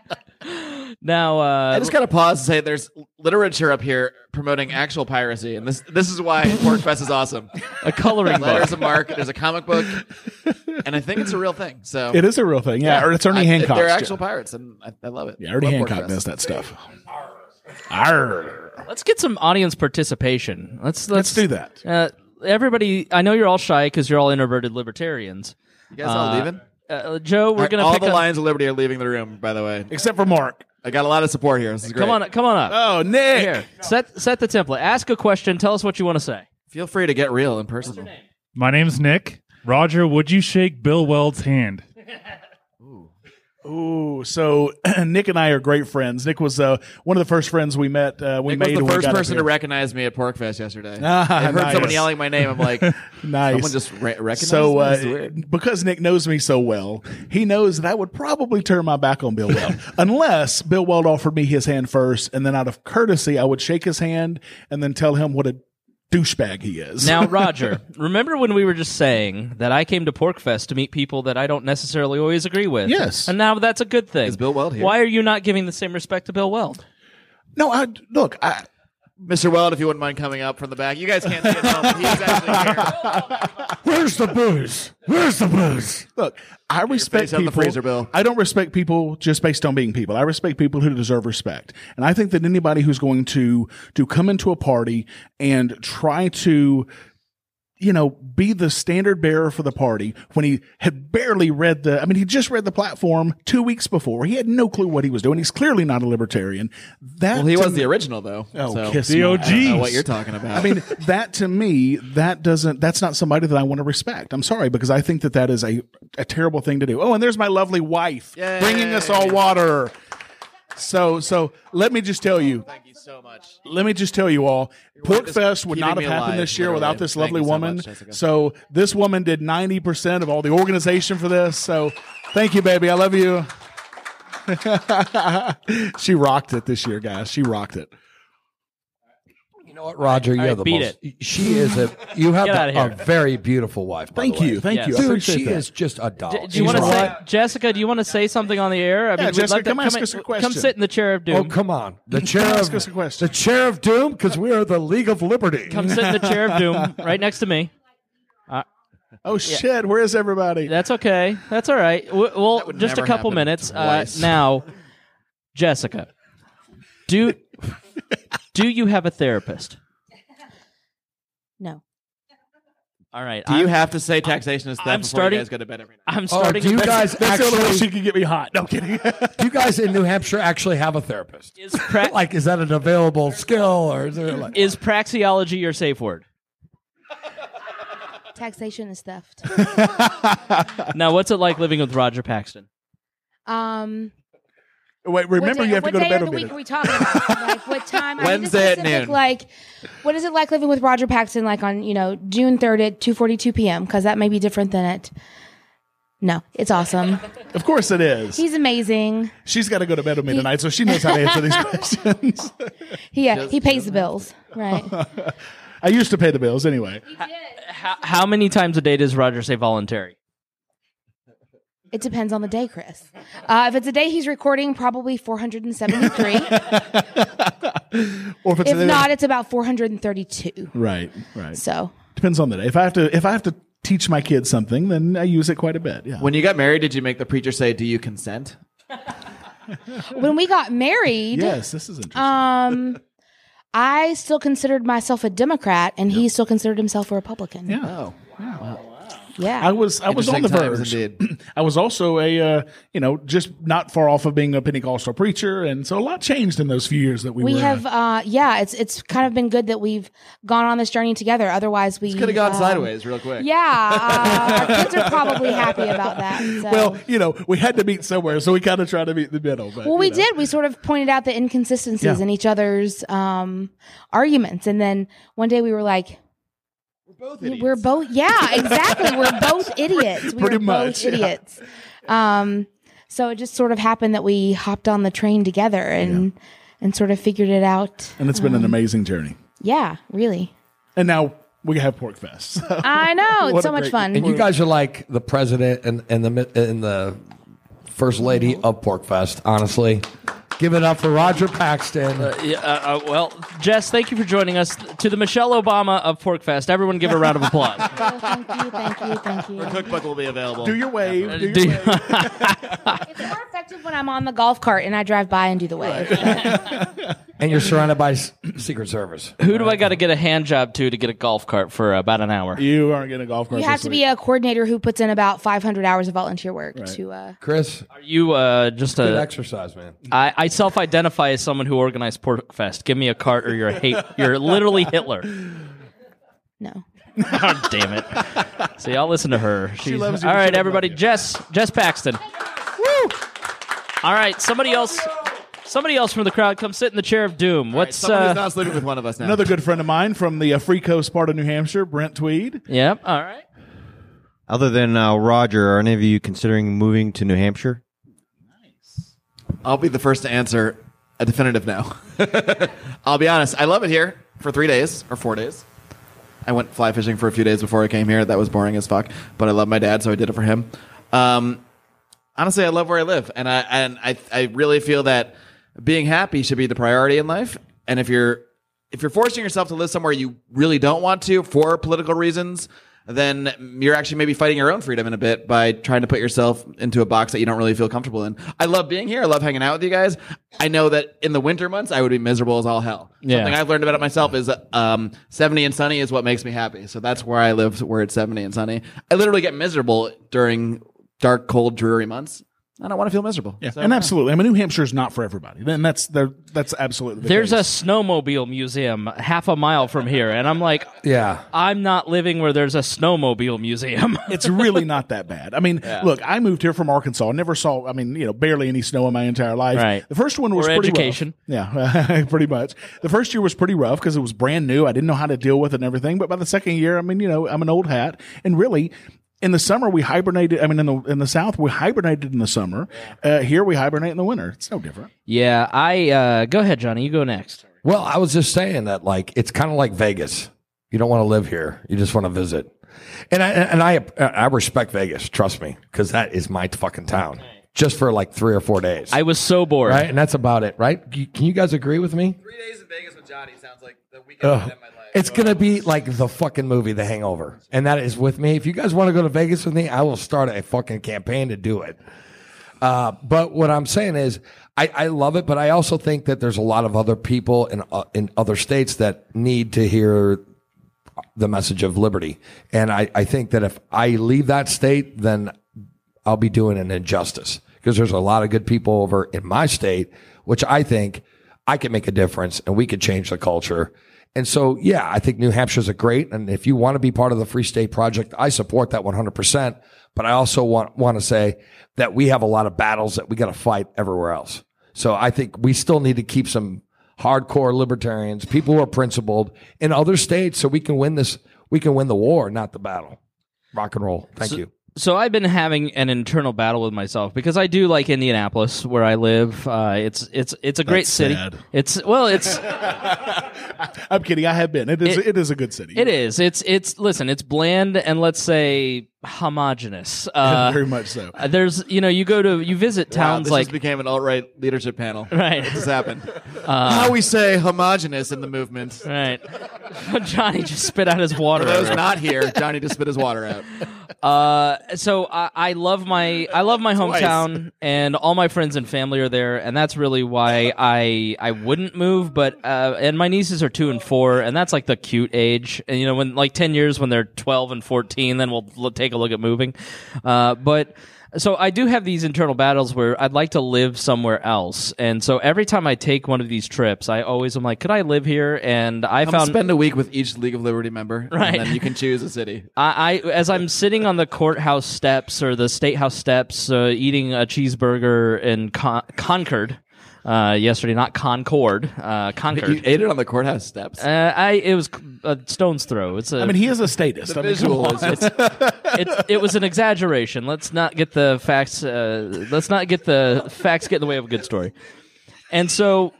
Now, I uh, just gotta pause and say there's literature up here promoting actual piracy, and this this is why Porkfest is awesome. a coloring book. There's a mark, there's a comic book, and I think it's a real thing. So it is a real thing. Yeah, or it's Ernie I- Hancock. They're actual pirates, and I, I love it. yeah, Ernie Love Hancock Porkfest. does that stuff. Arr. Let's get some audience participation. Let's let's, Let's do that. Uh, everybody, I know you're all shy because you're all introverted libertarians. You guys all leaving? Uh, Joe, we're gonna all pick the up- Lions of Liberty are leaving the room. By the way, Except for Mark. I got a lot of support here. This is great. Come on, uh, come on up. Oh, Nick. Here, set set the template. Ask a question. Tell us what you want to say. feel free to get real and personal. My name's Nick. Roger, would you shake Bill Weld's hand? Ooh, so Nick and I are great friends. Nick was uh, one of the first friends we met. Uh, we Nick was made the when we first got up person to here. recognize me at Porkfest yesterday. Ah, I heard someone nice. yelling my name. I'm like, someone Nice. just re- recognized so me. This uh, is weird. because Nick knows me so well, he knows that I would probably turn my back on Bill Weld unless Bill Weld offered me his hand first, and then out of courtesy, I would shake his hand and then tell him what a douchebag he is. Now, Roger, remember when we were just saying that I came to Porkfest to meet people that I don't necessarily always agree with? Yes. And now that's a good thing. Is Bill Weld here? Why are you not giving the same respect to Bill Weld? no, I look, I, Mr. Weld, if you wouldn't mind coming up from the back. You guys can't see it, no, but he's actually here. Where's the booze? Where's the booze? Look, I respect face out the people. freezer, Bill. I don't respect people just based on being people. I respect people who deserve respect, and I think that anybody who's going to to come into a party and try to you know, be the standard bearer for the party when he had barely read the, I mean, he just read the platform two weeks before. He had no clue what he was doing. He's clearly not a libertarian. That Well, he to was me- the original, though. Oh, so kiss The my OG. ass. I don't know what you're talking about. I mean, that to me, that doesn't, that's not somebody that I want to respect. I'm sorry, because I think that that is a, a terrible thing to do. Oh, and there's my lovely wife Yay. bringing us all water. So, so let me just tell you, thank you so much. let me just tell you wife all, is Porkfest would keeping not have me happened alive, this year literally. without this Thank lovely you so woman. much, Jessica. so this woman did 90% of all the organization for this. So thank you, baby. I love you. she rocked it this year, guys. She rocked it. You know what, Roger? You All right, have the beat most. She is a. You have Get the- outta here. a very beautiful wife. by Thank the way. you. Thank Yes. you. I Dude, appreciate she that. is just a doll. Do you want to She's say, right. Jessica? Do you want to say something on the air? I Yeah, we'd Jessica, come ask in- us a Come question. sit in the chair of doom. Oh come on! The chair Ask of us a question. the chair of doom because we are the League of Liberty. Come sit in the chair of doom, right next to me. Uh, Oh shit! Where is everybody? That's okay. That's all right. W- Well, would just a never couple happen minutes uh, twice. now. Jessica, do do you have a therapist? No. All right. Do I'm, you have to say taxation is theft I'm before starting- you guys go to bed every night? I'm Oh, starting. do you guys That's the only way she actually? can get me hot. No I'm kidding. Do you guys in New Hampshire actually have a therapist? is, pra- Like, is that an available skill, or is there like? is praxeology your safe word? Taxation is theft. Now, what's it like living with Roger Paxton? Um, Wait, what remember day- you have to what go to day bed of the with week me. are we talking about? like what time? Wednesday at I mean, the specific, noon. Like, what is it like living with Roger Paxton? Like on you know June third at two forty two p.m. Because that may be different than it. No, it's awesome. Of course it is. He's amazing. She's got to go to bed with me tonight, so she knows how to answer these questions. He uh, he pays the bills, right? I used to pay the bills anyway. How, how many times a day does Roger say voluntary? It depends on the day, Chris. Uh, if it's a day he's recording, probably 473. Or if it's if not, it's about 432. right, right. So Depends on the day. If I have to, if I have to teach my kids something, then I use it quite a bit. Yeah. When you got married, did you make the preacher say, "Do you consent"? when we got married, yes, this is interesting. um, I still considered myself a Democrat, and he still considered himself a Republican. yeah. Oh. Yeah. I was I was on the Interesting verge. times, indeed. I was also a uh, you know just not far off of being a Pentecostal preacher, and so a lot changed in those few years that we, we were. have, uh, yeah, it's it's kind of been good that we've gone on this journey together. Otherwise, we Could have gone um, sideways real quick. Yeah, uh, our kids are probably happy about that. So. well, you know, we had to meet somewhere, so we kind of tried to meet in the middle. But, Well, we you know. did. We sort of pointed out the inconsistencies Yeah. in each other's um, arguments, and then one day we were like, "We're both idiots." We're both, yeah, exactly. we're both idiots. We pretty were much, both yeah. idiots. Um, so it just sort of happened that we hopped on the train together and and sort of figured it out. and it's been an amazing journey. Yeah, really. And now we have Pork Fest. So, I know What Oh, it's a so much great- fun. And you guys are like the president and, and the mi- and the first lady of Porkfest. Honestly, give it up for Roger Paxton. Yeah, uh, uh, well, Jess, thank you for joining us. To the Michelle Obama of Porkfest, everyone give a round of applause. Oh, thank you, thank you, thank you. Cookbook will be available. do your wave. Do your Do you- wave. It's more effective when I'm on the golf cart and I drive by and do the wave. and you're surrounded by s- Secret Service. Who do I got to get a hand job to to get a golf cart for uh, about an hour? You aren't getting a golf course. You have this to week. be a coordinator who puts in about 500 hours of volunteer work to. Uh, Chris, Are you uh, just good a? exercise, man. I, I self-identify as someone who organized Porkfest. Give me a cart, or you're a hate. You're literally Hitler. no, Oh, damn it! See, I'll listen to her. She's, loves you. All She right, loves everybody. you. Jess, Jess Paxton. Woo! All right, somebody else. Somebody else from the crowd, come sit in the chair of doom. What's Someone uh? who's not sleeping with one of us now. Another good friend of mine from the uh, Free Coast part of New Hampshire, Brent Tweed. yeah. All right. Other than uh, Roger, are any of you considering moving to New Hampshire? I'll be the first to answer a definitive no. I'll be honest. I love it here for three days or four days. I went fly fishing for a few days before I came here. That was boring as fuck, but I love my dad, so I did it for him. Um, honestly, I love where I live, and I and I I really feel that being happy should be the priority in life. And if you're if you're forcing yourself to live somewhere you really don't want to for political reasons, then you're actually maybe fighting your own freedom in a bit by trying to put yourself into a box that you don't really feel comfortable in. I love being here. I love hanging out with you guys. I know that in the winter months I would be miserable as all hell. Yeah. Something I've learned about it myself is um, 70 and sunny is what makes me happy. So that's where I live. Where it's 70 and sunny. I literally get miserable during dark, cold, dreary months. I don't want to feel miserable. Yeah, So- and absolutely. I mean, New Hampshire is not for everybody. Then that's there. That's absolutely. The There's a case. snowmobile museum half a mile from here, and I'm like, Yeah. I'm not living where there's a snowmobile museum. It's really not that bad. I mean, look, I moved here from Arkansas. Never saw. I mean, you know, barely any snow in my entire life. Right. The first one was Or pretty education. Rough. Yeah, pretty much. The first year was pretty rough because it was brand new. I didn't know how to deal with it and everything. But by the second year, I mean, you know, I'm an old hat, and really. In the summer, we hibernated. I mean, in the in the South, we hibernated in the summer. Uh, here, we hibernate in the winter. It's no different. yeah, I uh, go ahead, Johnny. You go next. Well, I was just saying that like it's kind of like Vegas. You don't want to live here. You just want to visit. And I and I I respect Vegas. Trust me, because that is my fucking town. Just for like three or four days. I was so bored. right, and that's about it. Right? C- Can you guys agree with me? Three days in Vegas with Johnny sounds like the weekend Ugh. It's gonna be like the fucking movie, The Hangover, and that is with me. If you guys want to go to Vegas with me, I will start a fucking campaign to do it. Uh, but what I'm saying is, I, I love it, but I also think that there's a lot of other people in uh, in other states that need to hear the message of liberty, and I, I think that if I leave that state, then I'll be doing an injustice because there's a lot of good people over in my state, which I think I can make a difference and we could change the culture. And so, yeah, I think New Hampshire's a great. And if you want to be part of the Free State Project, I support that 100%. But I also want, want to say that we have a lot of battles that we got to fight everywhere else. So I think we still need to keep some hardcore libertarians, people who are principled in other states so we can win this. We can win the war, not the battle. Rock and roll. Thank you. So I've been having an internal battle with myself because I do like Indianapolis where I live. Uh, it's it's it's a great That's city. sad. It's well, it's I'm kidding. I have been. It is. It- It, it is a good city. it is. It's it's listen, it's bland and let's say homogenous. Uh, very much so. uh, there's you know you go to you visit Wow, towns this like just became an alt right leadership panel. Right. This has happened. How we say homogenous in the movement. right. Johnny just spit out his water. For those everywhere. not here, Johnny just spit his water out. Uh, so I, I love my I love my hometown, and all my friends and family are there, and that's really why I I wouldn't move. But uh, and my nieces are two and four, and that's like the cute age. And you know, when like ten years when they're twelve and fourteen, then we'll l- take a look at moving. Uh, but. So I do have these internal battles where I'd like to live somewhere else, and so every time I take one of these trips, I always am like, "Could I live here?" And I Come found spend a week with each League of Liberty member, Right. and then you can choose a city. I, I as I'm sitting on the courthouse steps or the state house steps, uh, eating a cheeseburger in Con- Concord uh, yesterday, not Concord, uh, You Concord. ate it on the courthouse steps. Uh, I it was a stone's throw. It's a I mean, he is a statist. I mean, come Visual on. is just it, it was an exaggeration. Let's not get the facts. Uh, let's not get the facts get in the way of a good story. And so,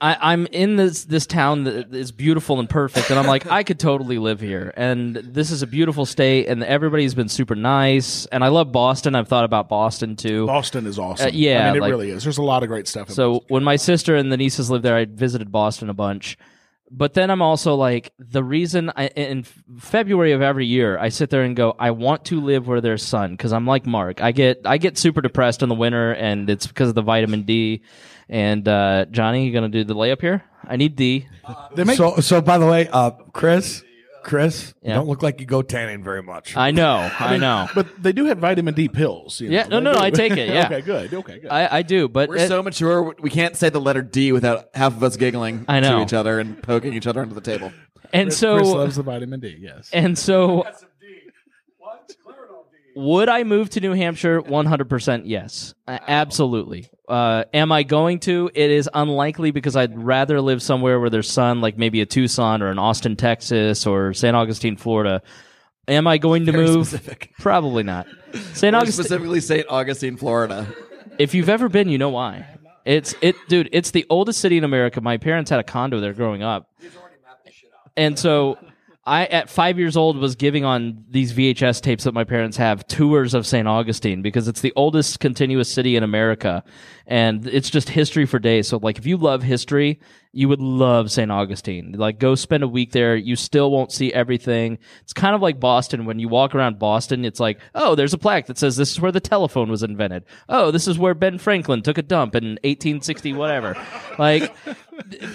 I, I'm in this this town that is beautiful and perfect, and I'm like, I could totally live here. And this is a beautiful state, and everybody's been super nice. And I love Boston. I've thought about Boston too. Boston is awesome. Uh, yeah, I mean, it like- really is. There's a lot of great stuff. In So when my sister and the nieces lived there, I visited Boston a bunch. But then I'm also like the reason I in February of every year I sit there and go I want to live where there's sun because I'm like Mark I get I get super depressed in the winter and it's because of the vitamin D and uh, Johnny you gonna do the layup here I need D They make So, so by the way, uh, Chris, Chris, you Yeah. don't look like you go tanning very much. I know I know But they do have vitamin D pills. you know. Yeah, no, They no, do. I take it, yeah. okay, good. Okay, good. I, I do but We're it- so mature, we can't say the letter D without half of us giggling I know. to each other and poking each other under the table. and so Chris loves the vitamin D. Yes. And so, would I move to New Hampshire? One hundred percent, yes, Uh, absolutely. Uh, am I going to? It is unlikely because I'd rather live somewhere where there's sun, like maybe a Tucson or an Austin, Texas, or San Augustine, Florida. Am I going to move? Probably not. San Or Augustine. specifically, St. Augustine, Florida. If you've ever been, you know why. It's it, dude. It's the oldest city in America. My parents had a condo there growing up. And so, I at five years old was giving on these VHS tapes that my parents have tours of St. Augustine because it's the oldest continuous city in America, and it's just history for days. So like, if you love history, you would love St. Augustine. Like, go spend a week there. You still won't see everything. It's kind of like Boston. When you walk around Boston, it's like, oh, there's a plaque that says this is where the telephone was invented. Oh, this is where Ben Franklin took a dump in 1860, whatever. like,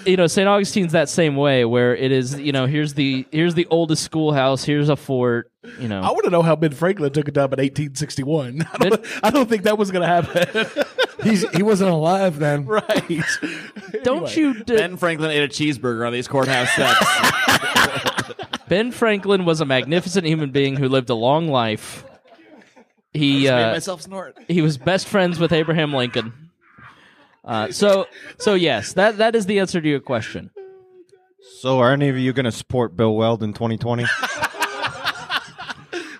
you know, St. Augustine's that same way, where it is, you know, here's the here's the oldest schoolhouse, here's a fort, you know. I want to know how Ben Franklin took a dump in 1861. I don't, I don't think that was going to happen. He's, he wasn't alive then. right. Don't you? d- ben-, Ben Franklin ate a cheeseburger on these courthouse steps. Franklin was a magnificent human being who lived a long life. He Made uh, myself snort. he was best friends with Abraham Lincoln. Uh, so so yes, that that is the answer to your question. So, are any of you going to support Bill Weld in 2020?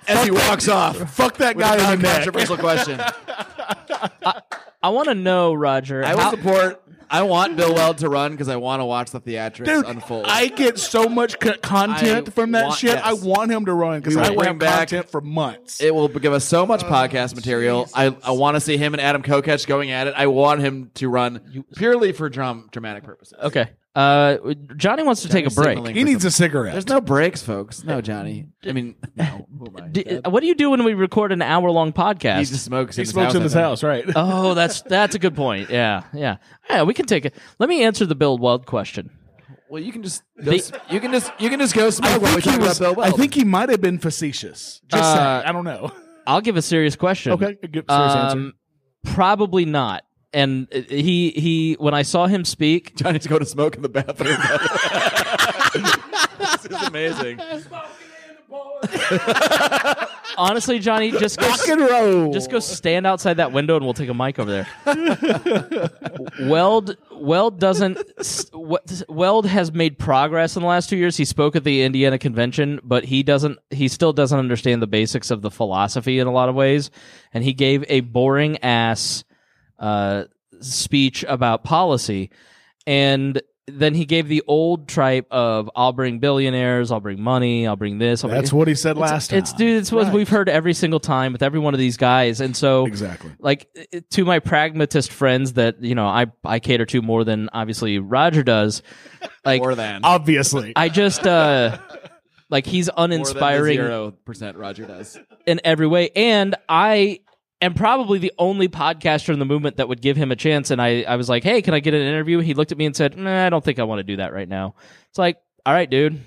As he walks off. Fuck that guy in the neck. Controversial question. I want to know, Roger. I will how- support. I want Bill Weld to run because I want to watch the theatrics Dude, unfold. I get so much co- content I from that want- shit. yes. I want him to run because We will I will bring have back- content for months. Oh, it will give us so much podcast material. I, I want to see him and Adam Kokech going at it. I want him to run purely for drum dramatic purposes. okay. Uh, Johnny wants to take a break. Signaling he for needs a some- cigarette. There's no breaks, folks. No, Johnny. I mean, no. Who am I? D- what do you do when we record an hour long podcast? He just smokes. he smokes in his I think. house, right? Oh, that's that's a good point. Yeah, yeah, yeah. We can take it. Let me answer the Bill Weld question. Well, you can just go, s- you can just you can just go smoke. I while we think he talk was. about Bill I Weld. think he might have been facetious. Just Uh, saying. I don't know. I'll give a serious question. Okay, good, serious answer. Um, probably not. And uh, he he. When I saw him speak, Johnny's going to smoke in the bathroom. this is amazing. Honestly, Johnny, just go, Rock and roll. just go stand outside that window and we'll take a mic over there. Uh, Weld Weld doesn't s- Weld- Weld has made progress in the last 2 years. He spoke at the Indiana convention, but he doesn't he still doesn't understand the basics of the philosophy in a lot of ways and he gave a boring ass uh, speech about policy and then he gave the old tripe of I'll bring billionaires, I'll bring money, I'll bring this. I'll bring-" That's what he said It's- last It's time. dude, it's what Right. we've heard every single time with every one of these guys, and so Exactly. like it- to my pragmatist friends that you know I I cater to more than obviously Roger does. Like More than Obviously. I just uh like he's uninspiring zero percent. Roger does. in every way, and I am probably the only podcaster in the movement that would give him a chance. And I I was like, hey, can I get an interview? He looked at me and said, nah, I don't think I want to do that right now. It's like, all right, dude.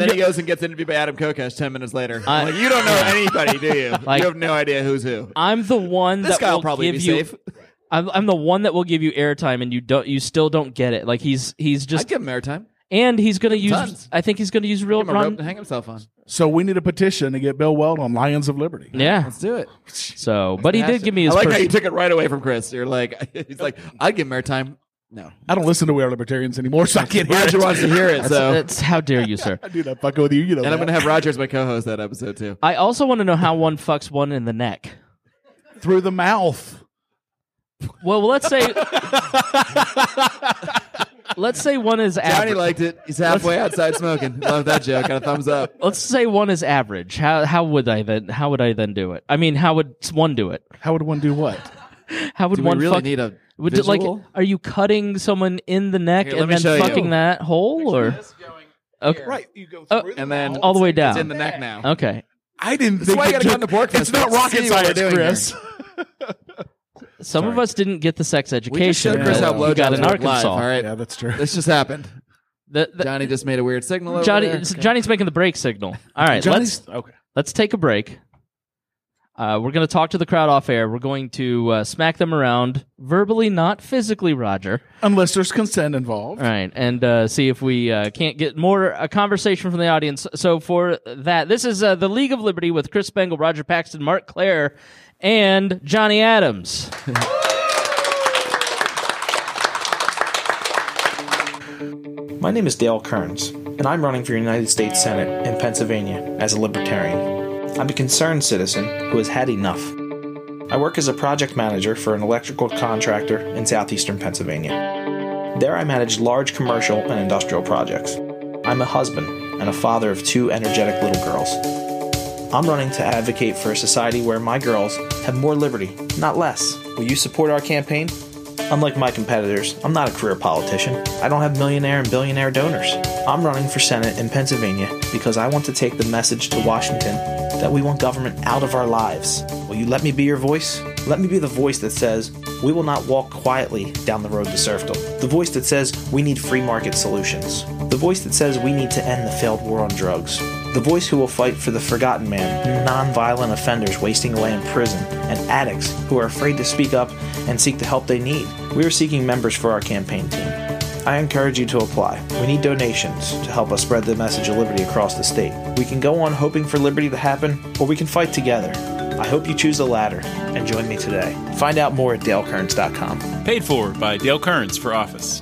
And then ju- he goes and gets interviewed by Adam Kokesh ten minutes later. I- like, you don't know anybody, do you? Like- you have no idea who's who. I'm the one This that guy will will probably give be you. safe. I'm, I'm the one that will give you airtime, and you don't. You still don't get it. Like he's he's I'd just give him airtime. and he's gonna use. tons. I think he's gonna use real Give him a rope to Ron. hang himself on. so we need a petition to get Bill Weld on Lions of Liberty. Yeah. Let's do it. So, but he did give me his. I like how pers- you took it right away from Chris. You're like, he's like, I'd give him airtime. No, I don't listen to We Are Libertarians anymore, so I can't hear Roger it. wants to hear it. So, That's how dare you, sir. I do that fuck with you. You know and I'm that. gonna have Roger as my co-host that episode too. I also want to know how one fucks one in the neck. through the mouth. Well, let's say. let's say one is Johnny average. liked it. He's halfway outside smoking. Love that joke. Got a thumbs up. let's say one is average. How how would I then how would I then do it? I mean, how would one do it? How would one do what? How would Do we one really fuck- need a Would it, like, visual? are you cutting someone in the neck Here, let and me then show you. fucking that hole, or okay, Right, you go Oh, through and then all the way It's in down? the neck now. Okay, I didn't That's think why you it gotta come to took- Porkfest. It's not Let's rocket see what we're science, doing Chris. some of us didn't get the sex We just education showed Chris that how Yeah. you blowjobs got in work live. Arkansas. All right, Yeah, that's true. this just happened. The- the- Johnny just made a weird signal. Over Johnny, there. Johnny's making the break signal. All right, let's Johnny's- okay. let's take a break. Uh, we're going to talk to the crowd off air. We're going to uh, smack them around verbally, not physically, Roger. Unless there's consent involved. All right, and uh, see if we uh, can't get more a conversation from the audience. So for that, this is uh, the League of Liberty with Chris Spangle, Roger Paxton, Mark Claire, and Johnny Adams. My name is Dale Kearns, and I'm running for United States Senate in Pennsylvania as a libertarian. I'm a concerned citizen who has had enough. I work as a project manager for an electrical contractor in southeastern Pennsylvania. There, I manage large commercial and industrial projects. I'm a husband and a father of two energetic little girls. I'm running to advocate for a society where my girls have more liberty, not less. Will you support our campaign? Unlike my competitors, I'm not a career politician. I don't have millionaire and billionaire donors. I'm running for Senate in Pennsylvania because I want to take the message to Washington that we want government out of our lives. Will you let me be your voice? Let me be the voice that says, we will not walk quietly down the road to serfdom. The voice that says, we need free market solutions. The voice that says, we need to end the failed war on drugs. The voice who will fight for the forgotten man, non-violent offenders wasting away in prison, and addicts who are afraid to speak up and seek the help they need. We are seeking members for our campaign team. I encourage you to apply. We need donations to help us spread the message of liberty across the state. We can go on hoping for liberty to happen, or we can fight together. I hope you choose the latter and join me today. Find out more at dalekearns.com. Paid for by Dale Kearns for office.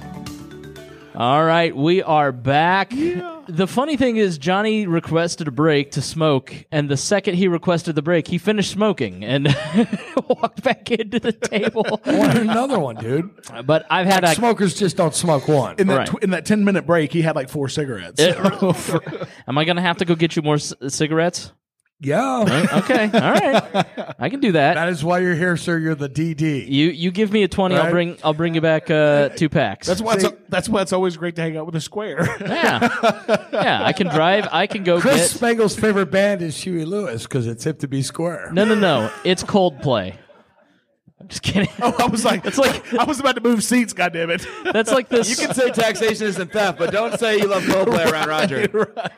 All right, we are back. The funny thing is, Johnny requested a break to smoke, and the second he requested the break, he finished smoking and walked back into the table. I want another one, dude. but I've had a. Smokers just don't smoke one. In that, Right. tw- in that 10 minute break, he had like four cigarettes. Am I going to have to go get you more c- cigarettes? Yeah. Okay, all right, I can do that. That is why you're here, sir. You're the DD. You you give me a twenty, I'll Right. bring I'll bring you back uh, two packs. that's, why it's, that's why it's always great to hang out with a square. yeah, yeah. I can drive. I can go Chris get. Spangle's favorite band is Huey Lewis because it's hip to be square. No, no, no. It's Coldplay. I'm just kidding. Oh, I was like, It's like- I was about to move seats, goddammit. That's like this. You can say taxation isn't theft, but don't say you love Coldplay around Roger.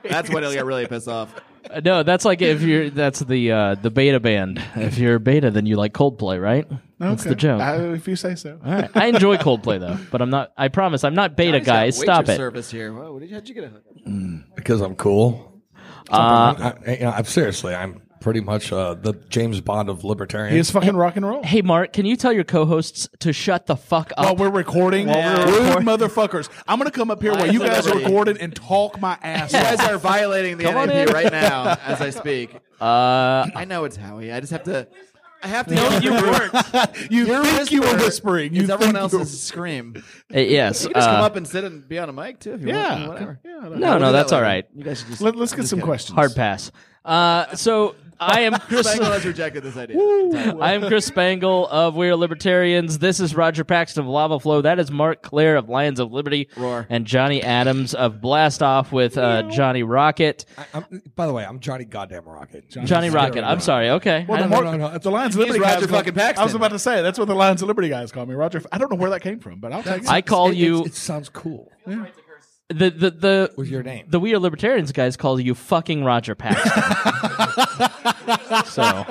That's when he'll get really pissed off. Uh, No, that's like if you're that's the uh, the beta band. If you're beta, then you like Coldplay, right? That's the joke. I, I- if you say so. I enjoy Coldplay though, but I'm not. I promise, I'm not beta, guys. Stop it. Mm. Service here. Whoa, did you, how'd you get a Because I'm cool. Uh, I, you know, I'm seriously, I'm pretty much uh, the James Bond of libertarian. fucking rock and roll. Hey, Mark, can you tell your co-hosts to shut the fuck up? While we're recording, Yeah. rude Record- motherfuckers. I'm gonna come up here while you guys are Celebrity. recording and talk my ass. You off. guys are violating the Come on in. NFP right now as I speak. Uh, I know it's Howie. I just have to. I have to. No, you weren't. you think you were whispering. You Is everyone think else's you were- scream? Uh, yes, You can just come uh, up and sit and be on a mic too. If you Yeah. Want, whatever. Yeah, no, no, that's all right. You guys should just Let, us get some questions. Hard pass. Uh, so I am Chris. Spangle has rejected this idea. I am Chris Spangle of We Are Libertarians. This is Roger Paxton of Lava Flow. That is Mark Clare of Lions of Liberty. Roar. And Johnny Adams of Blast Off with uh, Johnny Rocket. I'm, by the way, I'm Johnny Goddamn Rocket. Johnny Rocket. I'm sorry. Okay. Well, I the, don't Mark, know. the Lions of Liberty Roger guys. call- fucking Paxton. I was about to say that's what the Lions of Liberty guys call me, Roger. I don't know where that came from, but I'll take it. I call It- you It, it sounds cool. the the the. With your name. the We Are Libertarians guys call you fucking Roger Paxton. so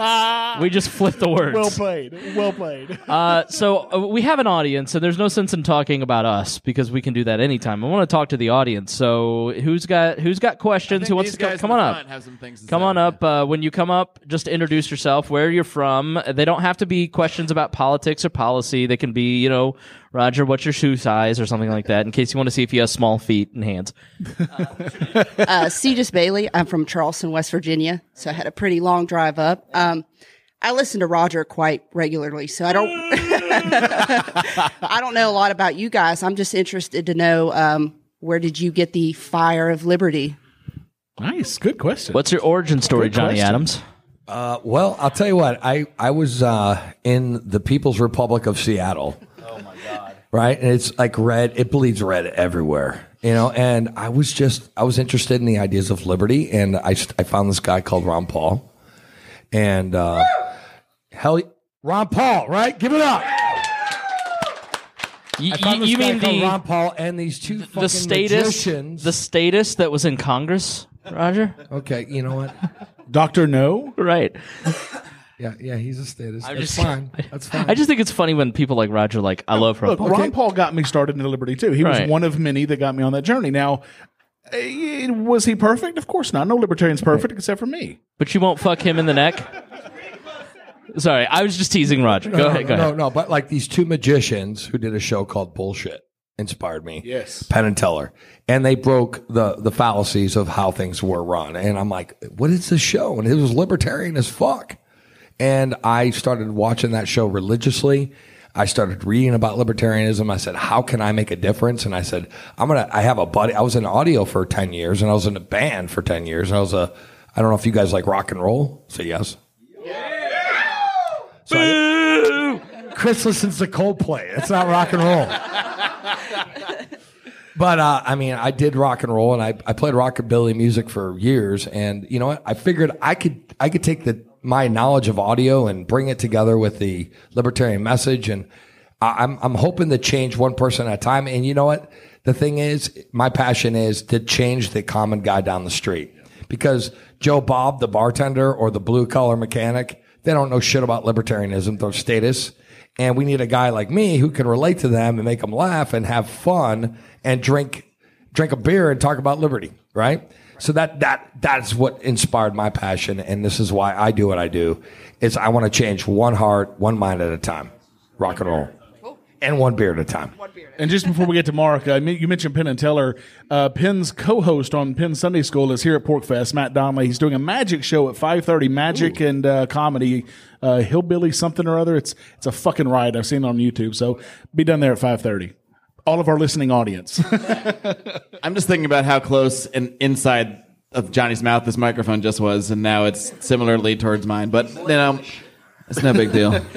we just flip the words. Well played. Well played. Uh, so uh, we have an audience, and there's no sense in talking about us because we can do that anytime. I want to talk to the audience. So who's got who's got questions? Who wants to These come? guys Come in on the up. front Have some things to Come say. on up. Uh, when you come up, just introduce yourself, where you're from. They don't have to be questions about politics or policy. They can be, you know, Roger, what's your shoe size or something like that, in case you want to see if he has small feet and hands. uh, Cetus Bailey. I'm from Charleston, West Virginia, so I had a pretty long drive up. Um, I listen to Roger quite regularly, so I don't I don't know a lot about you guys. I'm just interested to know um, where did you get the fire of liberty? Nice. Good question. What's your origin story, Good Johnny question. Adams? Uh, well, I'll tell you what. I I was uh, in the People's Republic of Seattle. Oh my god! Right, and it's like red. It bleeds red everywhere. You know, and I was just I was interested in the ideas of liberty, and I s- I found this guy called Ron Paul, and uh, hell, Ron Paul, right? Give it up. You, I found you- this you guy mean called the Ron Paul and these two fucking the status magicians. the status that was in Congress, Roger? okay, you know what? Doctor No? right. Yeah, yeah, he's a statist. I'm That's just- fine. That's fine. I just think it's funny when people like Roger like I love Ron Look, Paul. Ron Paul got me started into liberty too. He Right. was one of many that got me on that journey. Now, eh, was he perfect? Of course not. No libertarian's perfect except for me. But you won't fuck him in the neck. Sorry, I was just teasing Roger. No, go no, ahead, go no, ahead. no, but like these two magicians who did a show called Bullshit inspired me. Yes. Penn and Teller. And they broke the the fallacies of how things were run. And I'm like, what is this show? And it was libertarian as fuck. And I started watching that show religiously. I started reading about libertarianism. I said, how can I make a difference? And I said, I'm going to, I have a buddy. I was in audio for 10 years and I was in a band for 10 years. And I was a, I don't know if you guys like rock and roll. Say yes. So I- Chris listens to Coldplay. It's not rock and roll. But uh, I mean, I did rock and roll, and I, I played rockabilly music for years. And you know what? I figured I could I could take the my knowledge of audio and bring it together with the libertarian message. And I, I'm I'm hoping to change one person at a time. And you know what? The thing is, my passion is to change the common guy down the street because Joe Bob, the bartender, or the blue collar mechanic, they don't know shit about libertarianism, their status. And we need a guy like me who can relate to them and make them laugh and have fun and drink drink a beer and talk about liberty, right? So that that that's what inspired my passion, and this is why I do what I do. Is I want to change one heart, one mind at a time, rock and roll, and one beer at a time. And just before we get to Mark, uh, you mentioned Penn and Teller. Uh, Penn's co-host on Penn Sunday School is here at Porkfest. Matt Donnelly. He's doing a magic show at five thirty. Magic and uh, comedy, uh, hillbilly something or other. It's it's a fucking ride. I've seen it on YouTube. So be done there at five thirty. All of our listening audience. I'm just thinking about how close and inside of Johnny's mouth this microphone just was, and now it's similarly towards mine. But you know, it's no big deal.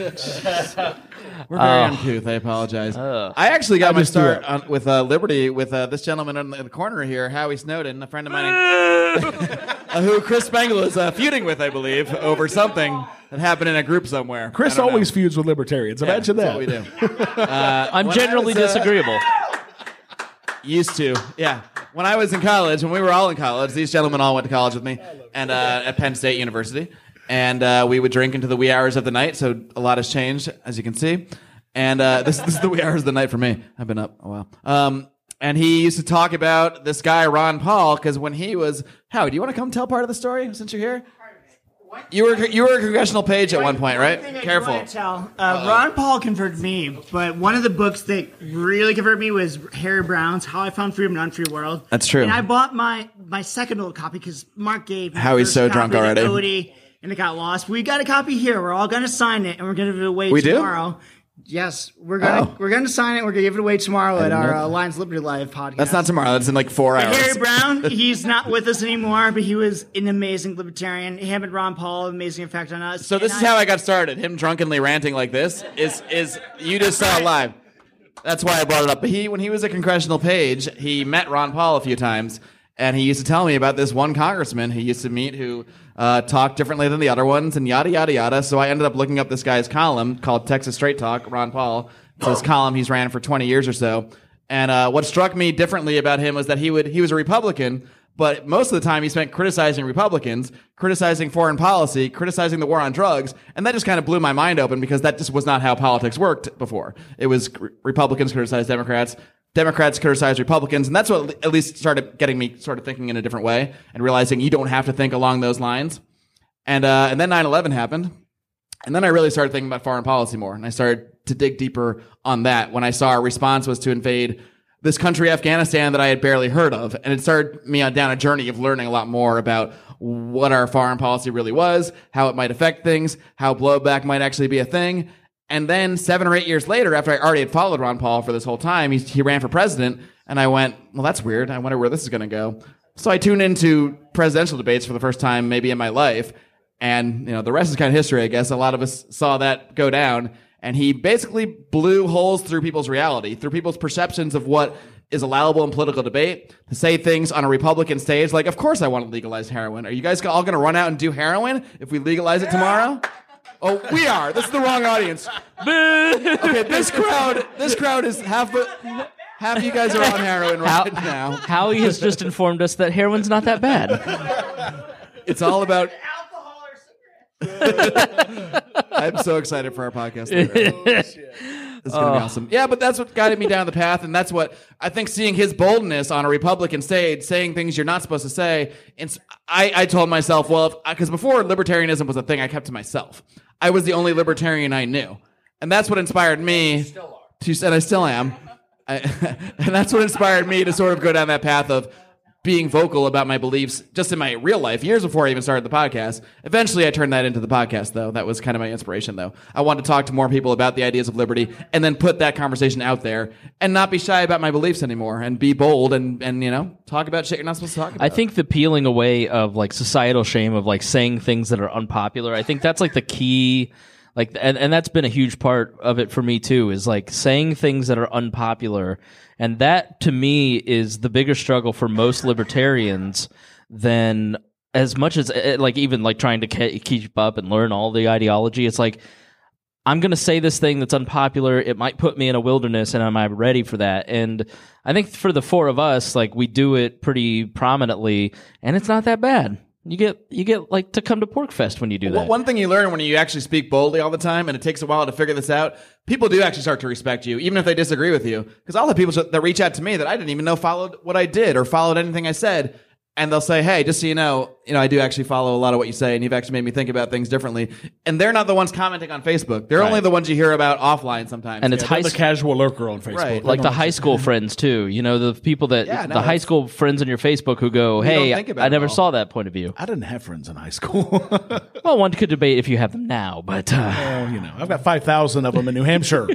We're very Oh. Uh, uncouth. I apologize. I actually got my just threw start up. on, with uh, Liberty with uh, this gentleman in the, in the corner here, Howie Snowden, a friend of mine, uh, who Chris Spangle is uh, feuding with, I believe, over something that happened in a group somewhere. I Chris don't know. always feuds with libertarians. Yeah, Imagine that's that. what we do. I'm when I generally was, uh, disagreeable. Used to, yeah. When I was in college, when we were all in college, these gentlemen all went to college with me, and uh, at Penn State University, and uh, we would drink into the wee hours of the night. So a lot has changed, as you can see. And uh, this, this is the wee hours of the night for me. I've been up a while. Um, and he used to talk about this guy Ron Paul because when he was, how do you want to come tell part of the story since you're here? You were you were a congressional page at one point, right? thing I do Careful. wanna tell. Uh, Ron Paul converted me, but one of the books that really converted me was Harry Brown's How I Found Freedom in an Unfree World. That's true. And I bought my my second old copy because Mark gave me How the he's first so drunk copy to already. Cody, and it got lost. We got a copy here. We're all gonna sign it, and we're gonna give it away We do? Oh. tomorrow. Yes, we're gonna we're gonna sign it. We're gonna give it away tomorrow at didn't our know uh, Lions Liberty Live podcast. That's not tomorrow. That's in like four But hours. Harry Brown, he's not with us anymore, but he was an amazing libertarian. Him and Ron Paul, amazing effect on us. So this is how I got started. Him drunkenly ranting like this is is you just saw it live. That's why I brought it up. But he when he was a congressional page, he met Ron Paul a few times, and he used to tell me about this one congressman he used to meet who uh, talked differently than the other ones, and yada yada yada. So I ended up looking up this guy's column called Texas Straight Talk. Ron Paul, it's his column he's ran for 20 years or so. And uh, what struck me differently about him was that he would he was a Republican, but most of the time he spent criticizing Republicans, criticizing foreign policy, criticizing the war on drugs, and that just kind of blew my mind open because that just was not how politics worked before. It was cr- Republicans criticize Democrats, Democrats criticize Republicans, and that's what at least started getting me sort of thinking in a different way and realizing you don't have to think along those lines. And uh, and then 9/11 happened, and then I really started thinking about foreign policy more, and I started to dig deeper on that when I saw our response was to invade this country, Afghanistan, that I had barely heard of, and it started me on down a journey of learning a lot more about what our foreign policy really was, how it might affect things, how blowback might actually be a thing. And then seven or eight years later, after I already had followed Ron Paul for this whole time, he, he ran for president, and I went, well, that's weird. I wonder where this is going to go. So I tuned into presidential debates for the first time maybe in my life, and you know the rest is kind of history i guess a lot of us saw that go down and he basically blew holes through people's reality through people's perceptions of what is allowable in political debate to say things on a republican stage like of course i want to legalize heroin are you guys all going to run out and do heroin if we legalize it tomorrow Oh, we are. This is the wrong audience. okay, this crowd, this crowd is half the half you guys are on heroin right now. Howie has just informed us that heroin's not that bad. It's all about I'm so excited for our podcast. Later. Oh, this is gonna be Oh. awesome. Yeah, but that's what guided me down the path, and that's what I think. Seeing his boldness on a Republican stage, saying things you're not supposed to say, and s- I, I told myself, well, because before libertarianism was a thing, I kept to myself. I was the only libertarian I knew, and that's what inspired me. To, and I still am. I, and that's what inspired me to sort of go down that path of being vocal about my beliefs just in my real life years before I even started the podcast. Eventually, I turned that into the podcast, though. That was kind of my inspiration, though. I wanted to talk to more people about the ideas of liberty and then put that conversation out there and not be shy about my beliefs anymore and be bold and, and you know, talk about shit you're not supposed to talk about. I think the peeling away of like societal shame of like saying things that are unpopular. I think that's like the key. Like, and, and that's been a huge part of it for me too, is like saying things that are unpopular. And that to me is the bigger struggle for most libertarians than as much as eh, like even like trying to ke- keep up and learn all the ideology. It's like, I'm going to say this thing that's unpopular. It might put me in a wilderness, and am I ready for that? And I think for the four of us, like we do it pretty prominently, and it's not that bad. You get you get like to come to Porkfest when you do Well, that. One thing you learn when you actually speak boldly all the time, and it takes a while to figure this out, people do actually start to respect you, even if they disagree with you. Because all the people that reach out to me that I didn't even know followed what I did or followed anything I said, and they'll say, "Hey, just so you know, you know, I do actually follow a lot of what you say, and you've actually made me think about things differently." And they're not the ones commenting on Facebook; they're only the ones you hear about offline sometimes. And it's high the sc- casual lurker on Facebook. Right. Like the high school friends too. You know the people that Yeah, no, the high that's- school friends on your Facebook who go, We don't "Hey, think about I it never all. saw that point of view." I didn't have friends in high school. well, one could debate if you have them now, but uh, Well, you know, I've got 5,000 of them in New Hampshire.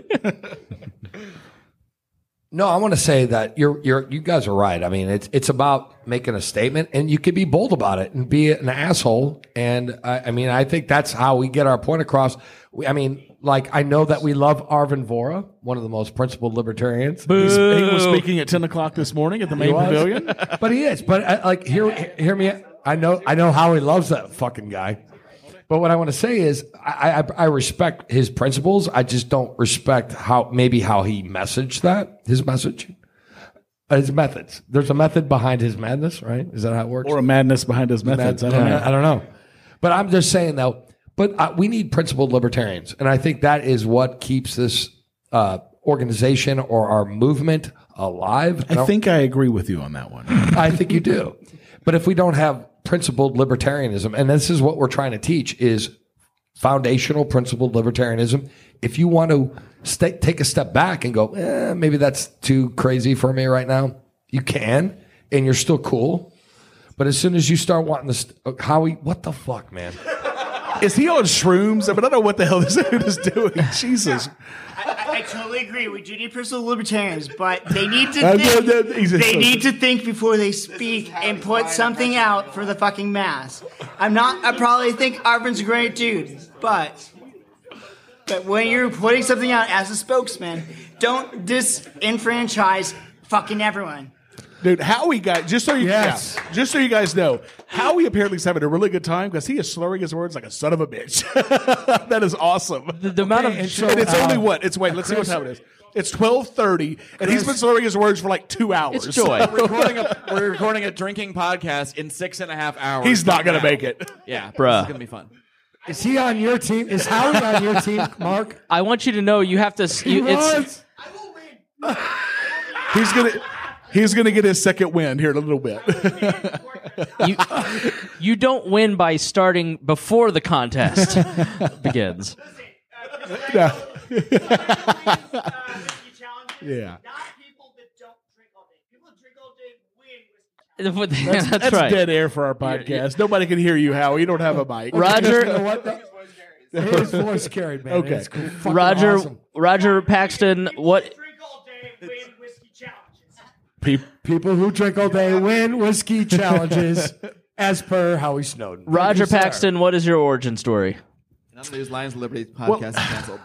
No, I want to say that you're you're you guys are right. I mean, it's it's about making a statement, and you can be bold about it and be an asshole. And I, I mean, I think that's how we get our point across. We, I mean, like I know that we love Arvin Vora, one of the most principled libertarians. He's- he was speaking at 10 o'clock this morning at the main was. pavilion. but he is. But uh, like, hear hear me. I know I know how he loves that fucking guy. But what I want to say is, I, I I respect his principles. I just don't respect how maybe how he messaged that his message, Uh, his methods. There's a method behind his madness, right? Is that how it works? Or a madness behind his methods. I don't know. I don't know. But I'm just saying though. But uh, we need principled libertarians, and I think that is what keeps this uh, organization or our movement alive. I think I agree with you on that one. I think you do. But if we don't have principled libertarianism, and this is what we're trying to teach is foundational principled libertarianism. If you want to sta take a step back and go, eh, maybe that's too crazy for me right now, you can, and you're still cool. But as soon as you start wanting to, st- uh, Howie, what the fuck, man? Is he on shrooms? I mean, I don't know what the Oh, hell this dude is doing. Jesus. I, I totally agree. We do need personal libertarians, but they need Uh, to no, no, think, he's a- they need to think before they speak and put something out for the fucking mass. I'm not. I probably think Arvin's a great dude, but but when you're putting something out as a spokesman, don't disenfranchise fucking everyone. Dude, Howie got just so you Yes. yeah, just so you guys know, Howie apparently is having a really good time because he is slurring his words like a son of a bitch. that is awesome. The, amount of- and, so, and it's uh, only what it's wait. Let's see what Chris- time it is. It's twelve thirty, and he's Chris- been slurring his words for like two hours. It's joy. we're, recording a, we're recording a drinking podcast in six and a half hours. He's not gonna Now. make it. Yeah, Bruh. It's gonna be fun. Is he on your team? Is Howie on your team, Mark? I want you to know you have to. s- You, it's, he's gonna he's gonna get his second win here in a little bit. you, you don't win by starting before the contest begins. yeah. That's, That's, that's right. dead air for our podcast. Nobody can hear you, Howie. You don't have a mic. His voice carried, man. Okay. It's cool. Fucking Roger awesome. Roger Paxton, what People who drink all day win whiskey challenges, as per Howie Snowden. Roger Thank you, sir. Paxton, what is your origin story? None of these Lions of Liberty podcasts Well- is canceled.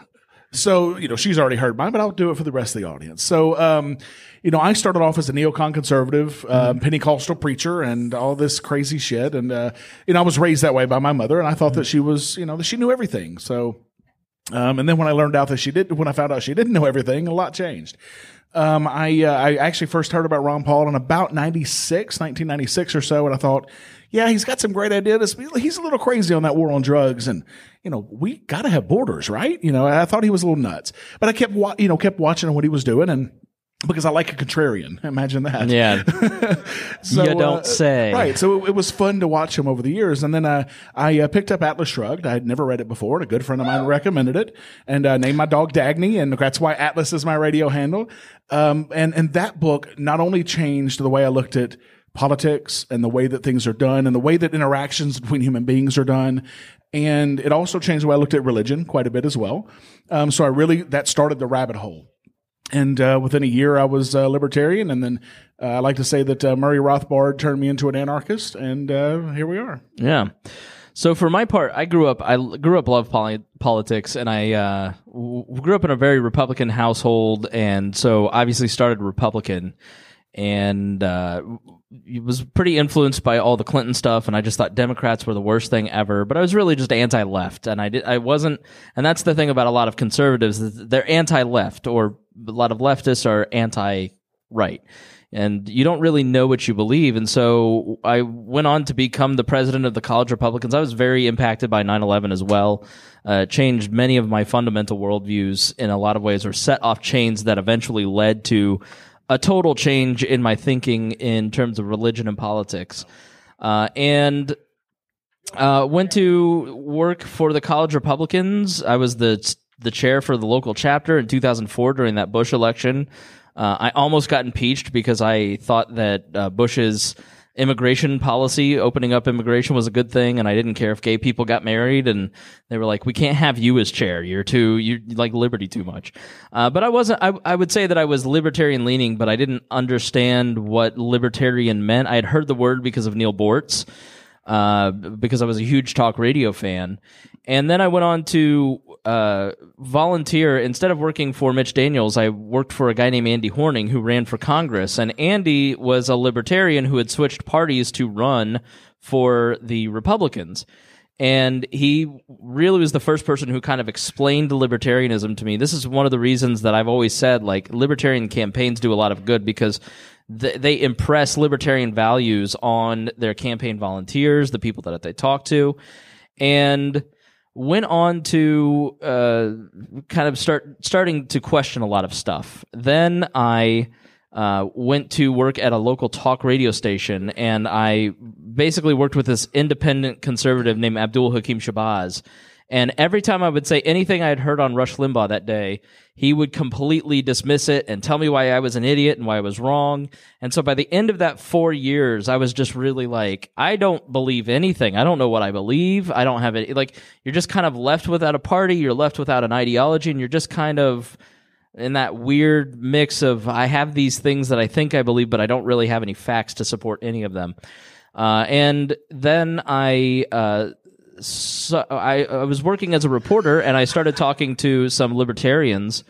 So, you know, she's already heard mine, but I'll do it for the rest of the audience. So, um, you know, I started off as a neocon conservative, uh, Pentecostal preacher, and all this crazy shit. And, uh, you know, I was raised that way by my mother, and I thought that she was, you know, that she knew everything. So, um, and then when I learned out that she did, when I found out she didn't know everything, a lot changed. Um, I, uh, I actually first heard about Ron Paul in about 96, 1996 or so. And I thought, yeah, he's got some great ideas. He's a little crazy on that war on drugs. And, you know, we got to have borders, right? You know, and I thought he was a little nuts, but I kept, wa- you know, kept watching what he was doing. And because I like a contrarian, imagine that. Yeah. You don't say. uh, Right. So it, it was fun to watch him over the years. And then uh, I uh, picked up Atlas Shrugged. I had never read it before, and a good friend of mine recommended it and uh, named my dog Dagny. And that's why Atlas is my radio handle. Um, and, and that book not only changed the way I looked at politics and the way that things are done and the way that interactions between human beings are done. And it also changed the way I looked at religion quite a bit as well. Um, so I really, that started the rabbit hole and uh, within a year, I was uh, libertarian, and then uh, I like to say that uh, Murray Rothbard turned me into an anarchist, and uh, here we are. Yeah. So for my part, I grew up. I l- grew up love poli- politics, and I uh, w- grew up in a very Republican household, and so obviously started Republican, and uh, w- w- was pretty influenced by all the Clinton stuff. And I just thought Democrats were the worst thing ever. But I was really just anti-left, and I did. I wasn't. And that's the thing about a lot of conservatives: is they're anti-left, or a lot of leftists are anti-right and you don't really know what you believe. And so I went on to become the president of the College Republicans. I was very impacted by 9 11 as well. Uh, it changed many of my fundamental worldviews in a lot of ways, or set off chains that eventually led to a total change in my thinking in terms of religion and politics. Uh, and uh, went to work for the College Republicans. I was the the chair for the local chapter in 2004 during that Bush election. Uh, I almost got impeached because I thought that uh, Bush's immigration policy, opening up immigration, was a good thing, and I didn't care if gay people got married. And they were like, "We can't have you as chair. You're too you like liberty too much." Uh, but I wasn't. I, I would say that I was libertarian leaning, but I didn't understand what libertarian meant. I had heard the word because of Neil Bortz uh, because I was a huge talk radio fan. And then I went on to uh, volunteer. Instead of working for Mitch Daniels, I worked for a guy named Andy Horning who ran for Congress. And Andy was a libertarian who had switched parties to run for the Republicans. And he really was the first person who kind of explained libertarianism to me. This is one of the reasons that I've always said, like, libertarian campaigns do a lot of good because th- they impress libertarian values on their campaign volunteers, the people that they talk to, and went on to uh, kind of start starting to question a lot of stuff. Then I. uh, went to work at a local talk radio station, and I basically worked with this independent conservative named Abdul Hakim Shabazz. And every time I would say anything I had heard on Rush Limbaugh that day, he would completely dismiss it and tell me why I was an idiot and why I was wrong. And so by the end of that four years, I was just really like, I don't believe anything. I don't know what I believe. I don't have it. Like, you're just kind of left without a party. You're left without an ideology and you're just kind of in that weird mix of I have these things that I think I believe, but I don't really have any facts to support any of them. Uh, and then I, uh, so I, I was working as a reporter, and I started talking to some libertarians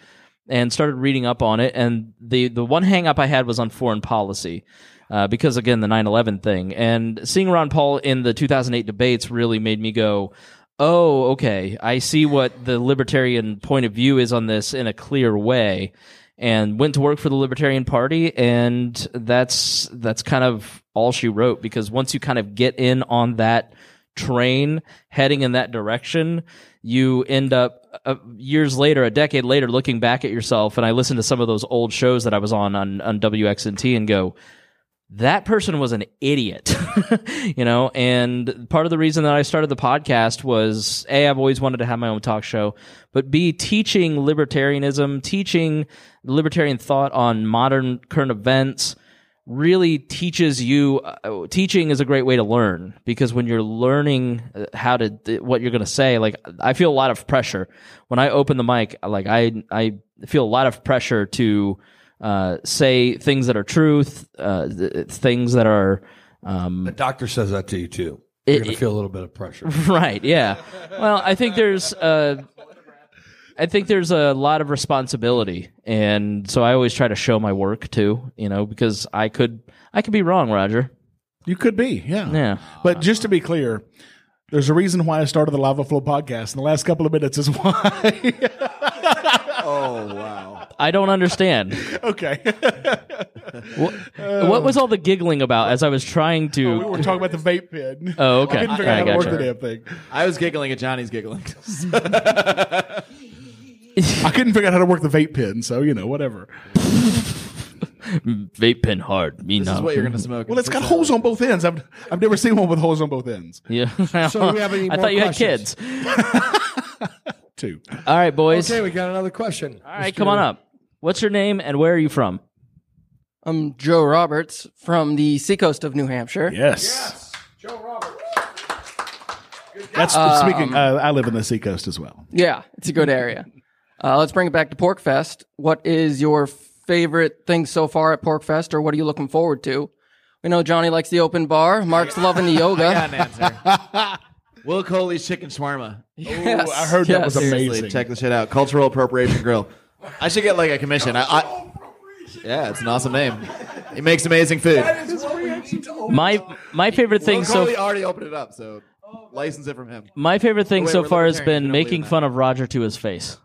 and started reading up on it. And the the one hang up I had was on foreign policy. Uh, because again, the 9/11 thing, and seeing Ron Paul in the 2008 debates really made me go, oh, okay, I see what the libertarian point of view is on this in a clear way. And went to work for the Libertarian Party, and that's that's kind of all she wrote. Because once you kind of get in on that train heading in that direction, you end up uh, years later, a decade later, looking back at yourself. And I listened to some of those old shows that I was on on, on WXNT and go, that person was an idiot, you know. And part of the reason that I started the podcast was A, I've always wanted to have my own talk show, but B, teaching libertarianism, teaching libertarian thought on modern current events really teaches you uh, teaching is a great way to learn because when you're learning uh, how to th- what you're going to say like i feel a lot of pressure when i open the mic like i i feel a lot of pressure to uh, say things that are truth uh, th- things that are um, the doctor says that to you too You're going to feel a little bit of pressure. right yeah well i think there's uh, i think there's a lot of responsibility and so i always try to show my work too you know because i could i could be wrong roger You could be, yeah. Yeah. But just to be clear, there's a reason why I started the Lava Flow podcast. And the last couple of minutes is why. oh wow i don't understand okay. what, what was all the giggling about as i was trying to Oh, we were talking about the vape pen. Oh, okay. I couldn't figure I out how to work gotcha. the damn thing. I was giggling at Johnny's giggling. I couldn't figure out how to work the vape pen, so you know, whatever. Mm, vape pen hard me This is what you're gonna smoke. Well, it's got holes on both ends. I've I've never seen one with holes on both ends. yeah So do we have any i more thought you questions? had kids Two. all right boys Okay, we got another question. All All right, come on up. What's your name and where are you from? I'm Joe Roberts from the seacoast of New Hampshire. Yes. That's Um, speaking. Uh, I live in the seacoast as well. Yeah, it's a good area. Uh, let's bring it back to Porkfest. What is your favorite thing so far at Porkfest, or what are you looking forward to? We know Johnny likes the open bar. Mark's loving the yoga. I got an answer. Will Coley's chicken shawarma. Yes, I heard that yes. was Seriously, amazing. Check the shit out. Cultural appropriation grill. I should get like a commission. I, I, yeah, it's an awesome name. He makes amazing food. My my favorite thing Will so Coley already opened it up, so license it from him. Oh, my favorite thing Wait, so we're far has libertarians, been we don't making fun of Roger to his face.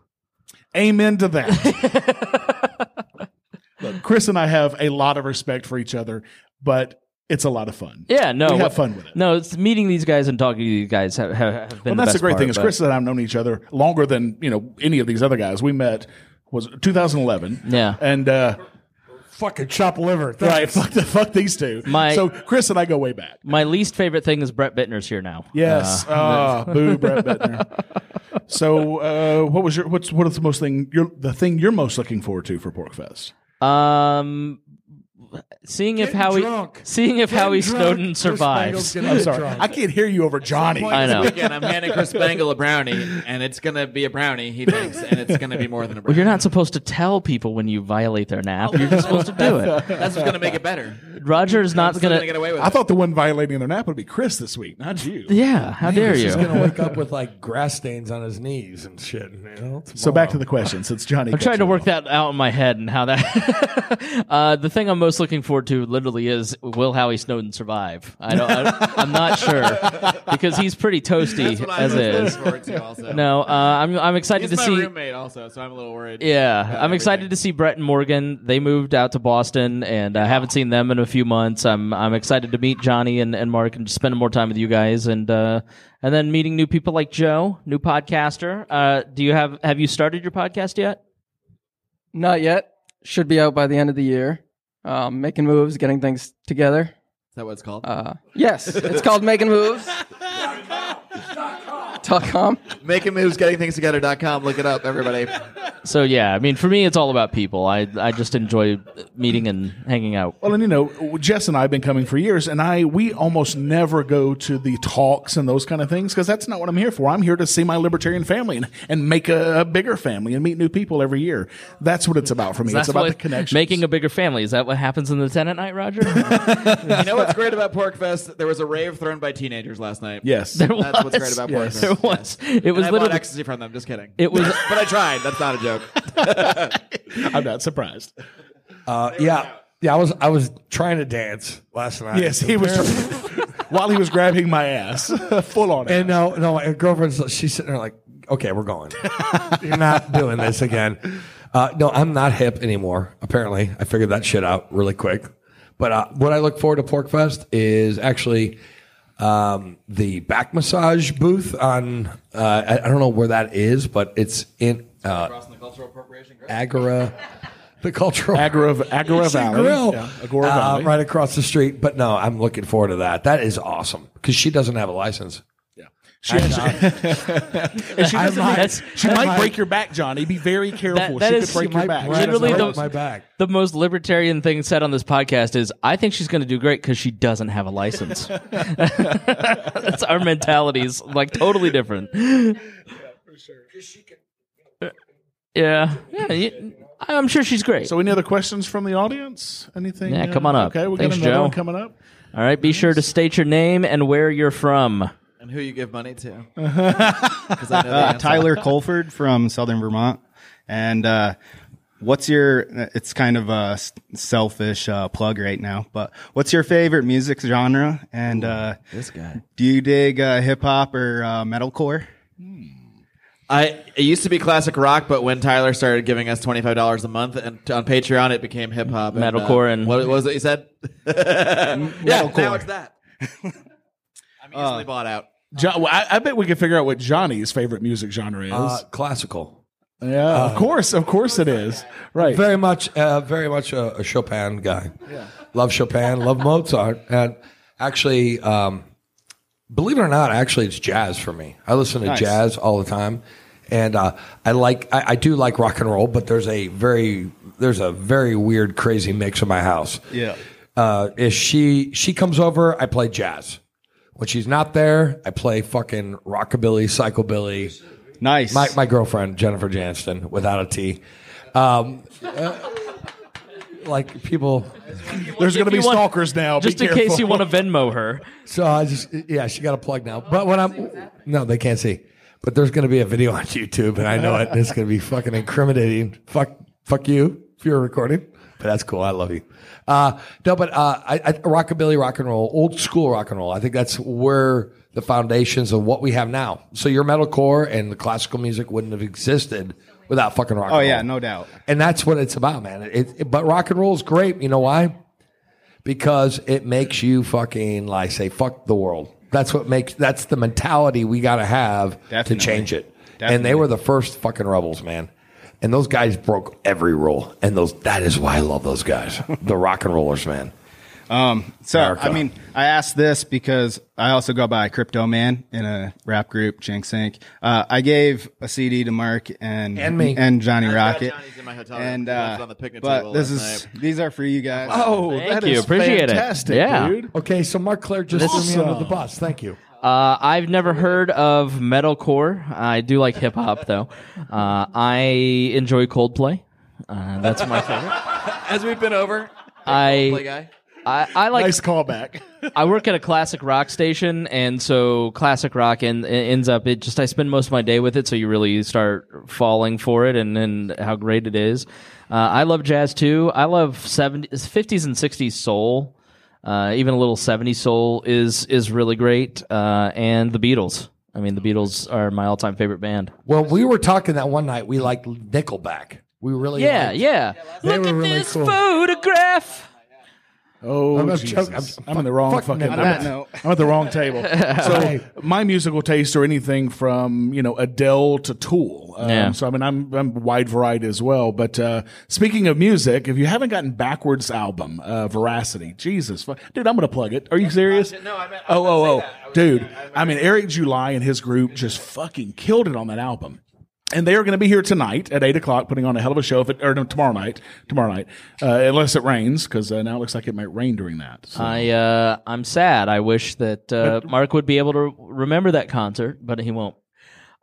Amen to that. Look, Chris and I have a lot of respect for each other, but it's a lot of fun. Yeah, no, we have what- fun with. it. No, it's meeting these guys and talking to these guys have, have, have been. Well, the that's the best great part, thing is but- Chris and I have known each other longer than you know any of these other guys. We met was 2011. Yeah. and uh, fucking chop liver. Right, fuck the fuck these two. My- so Chris and I go way back. My least favorite thing is Brett Bittner's here now. Yes, Uh, Ah, boo, Brett Bettner. so uh, what was your what's what is the most thing you're the thing you're most looking forward to for Porkfest? um, seeing if Howie seeing if Howie Snowden survives. I'm sorry, I can't hear you over Johnny. I know. Again, I'm handing Chris Bangle a brownie, and it's gonna be a brownie he thinks, and it's gonna be more than a brownie. Well, you're not supposed to tell people when you violate their nap. You're just supposed to do it. Oh, That's what's gonna make it better. Roger is not Someone's gonna. gonna get away with I thought the one violating their nap would be Chris this week, not you. Yeah, how Man, dare he's you? just gonna wake up with like grass stains on his knees and shit. You know? So back to the question, since Johnny. I'm trying to work that out in my head and how that. uh, the thing I'm most looking forward to literally is will Howie Snowden survive? I don't. I, I'm not sure because he's pretty toasty That's what I'm as most is. looking forward to also. No, uh, I'm I'm excited He's to my see. roommate also, so I'm a little worried. Yeah, about I'm excited to see Brett and Morgan. They moved out to Boston, and I haven't seen them in a few months. I'm I'm excited to meet Johnny and, and Mark and just spend more time with you guys, and uh, and then meeting new people like Joe, new podcaster. Uh, do you have have you started your podcast yet? Not yet. Should be out by the end of the year. um, making moves, getting things together. Is that what it's called? Uh, yes, it's called making moves. Dot com. Making moves, getting things together. Dot com. Look it up, everybody. So yeah, I mean, for me, it's all about people. I I just enjoy meeting and hanging out. Well, and you know, Jess and I have been coming for years, and I we almost never go to the talks and those kind of things because that's not what I'm here for. I'm here to see my libertarian family and, and make a, a bigger family and meet new people every year. That's what it's about for me. That's it's about what- the connection. Making a bigger family. Is that what happens in the tenant night, Roger? you know what's great about Porkfest? There was a rave thrown by teenagers last night. Yes. that's There what's was. great about Yes. Porkfest. There was. Yes. It And was I bought literally- ecstasy from them. Just kidding. It was, but I tried. That's not a joke. I'm not surprised. Uh, yeah, yeah. I was I was trying to dance last night. Yes, he was while he was grabbing my ass, full on. And no, no, my girlfriend's she's sitting there like, okay, we're going. You're not doing this again. Uh, no, I'm not hip anymore. Apparently, I figured that shit out really quick. But uh, what I look forward to Porkfest is actually um, the back massage booth on. Uh, I, I don't know where that is, but it's in uh, the cultural appropriation. Agora, the cultural Agora of Agora It's a Valley. grill, Yeah, Agora uh, Valley. right across the street. But no, I'm looking forward to that. That is awesome because she doesn't have a license. Yeah, She And she, doesn't need- she might break your back, Johnny. Be very careful. That she is could break your back. literally the, my back. the most libertarian thing said on this podcast is, I think she's going to do great because she doesn't have a license. That's our mentalities, like totally different. Yeah, yeah you- I'm sure she's great. So, any other questions from the audience? Anything? yeah, uh, come on up. Okay, we Thanks, got another Joe. one coming up. All right, be sure to state your name and where you're from. And who you give money to? 'Cause I know the uh, answer. Tyler Colford from Southern Vermont. And uh, what's your? It's kind of a s- selfish uh, plug right now, but what's your favorite music genre? And uh, this guy, do you dig uh, hip hop or uh, metalcore? I it used to be classic rock, but when Tyler started giving us twenty five dollars a month and on Patreon, it became hip hop, and, uh, Metalcore and- what, what was it you said? yeah, now it's that. Uh, I'm easily bought out. Jo- well, I, I bet we can figure out what Johnny's favorite music genre is. Uh, classical. yeah, of uh, course, of course it is. Right. Very much, uh, very much a, a Chopin guy. Love Chopin, love Mozart, and actually, um, believe it or not, actually, it's jazz for me. I listen to Nice. jazz all the time, and uh, I like, I, I do like rock and roll, but there's a very, there's a very weird, crazy mix in my house. Yeah. Uh, if she she comes over, I play jazz. When she's not there, I play fucking rockabilly, psychobilly. Nice. My my girlfriend Jennifer Janston, without a T. Um, uh, like people, There's gonna If you be want- stalkers now. Be Just in case careful. you want to Venmo her. So I just yeah, she got a plug now. But when I'm no, they can't see. But there's gonna be a video on YouTube, and I know it. And it's gonna be fucking incriminating. Fuck, fuck you if you're recording. But that's cool. I love you. Uh, no, but uh, I, I, rockabilly, rock and roll, old school rock and roll. I think that's where the foundations of what we have now. So your metalcore and the classical music wouldn't have existed without fucking rock. Oh and roll. yeah, no doubt. And that's what it's about, man. It, it- but rock and roll is great. You know why? Because it makes you fucking like say fuck the world. That's what makes. That's the mentality we got to have Definitely. to change it. And Definitely. they were the first fucking rebels, man. And those guys broke every rule. And those that is why I love those guys, the rock and rollers, man. Um, so America. I mean, I asked this because I also go by Crypto Man in a rap group, Jinx Inc. Uh, I gave a CD to Mark and And me. and Johnny I've got Rocket. Johnny's in my hotel room. And He left uh, it on the picnic but table this last is these are for you guys. Oh, Thank that you. is Appreciate it. fantastic, Yeah. dude. Okay, so Mark Claire just Awesome. threw me under the bus. Thank you. Uh, I've never heard of metalcore. I do like hip hop though. Uh, I enjoy Coldplay. Uh, that's my favorite. As we've been over, I- Coldplay guy. I, I like nice callback. I work at a classic rock station, and so classic rock en- ends up it just I spend most of my day with it, so you really start falling for it and and how great it is. Uh, I love jazz too. I love 70s, 50s and 60s soul. Uh, even a little 70s soul is is really great. Uh, and the Beatles. I mean, the Beatles are my all time favorite band. Well, we were talking that one night. We liked Nickelback. We really yeah, liked- yeah. They Look were at really this cool. photograph. Oh, I'm I'm, not Jesus. joking. I'm- I'm, in the wrong fuck fucking. no. I'm, On that at, note. I'm at the wrong table. So Hey. my musical taste or anything from you know Adele to Tool people. Um, Yeah. So I mean, I'm, I'm wide variety as well. But uh, speaking of music, if you haven't gotten Backwards album, uh, Veracity, Jesus, fu- dude, I'm gonna plug it. Are you serious? No, I meant. Oh, oh, oh, dude. I mean, Eric July and his group just fucking killed it on that album. And they are going to be here tonight at eight o'clock, putting on a hell of a show. If it, or no, tomorrow night, tomorrow night, uh, unless it rains, because uh, now it looks like it might rain during that. So. I uh, I'm sad. I wish that uh, Mark would be able to remember that concert, but he won't.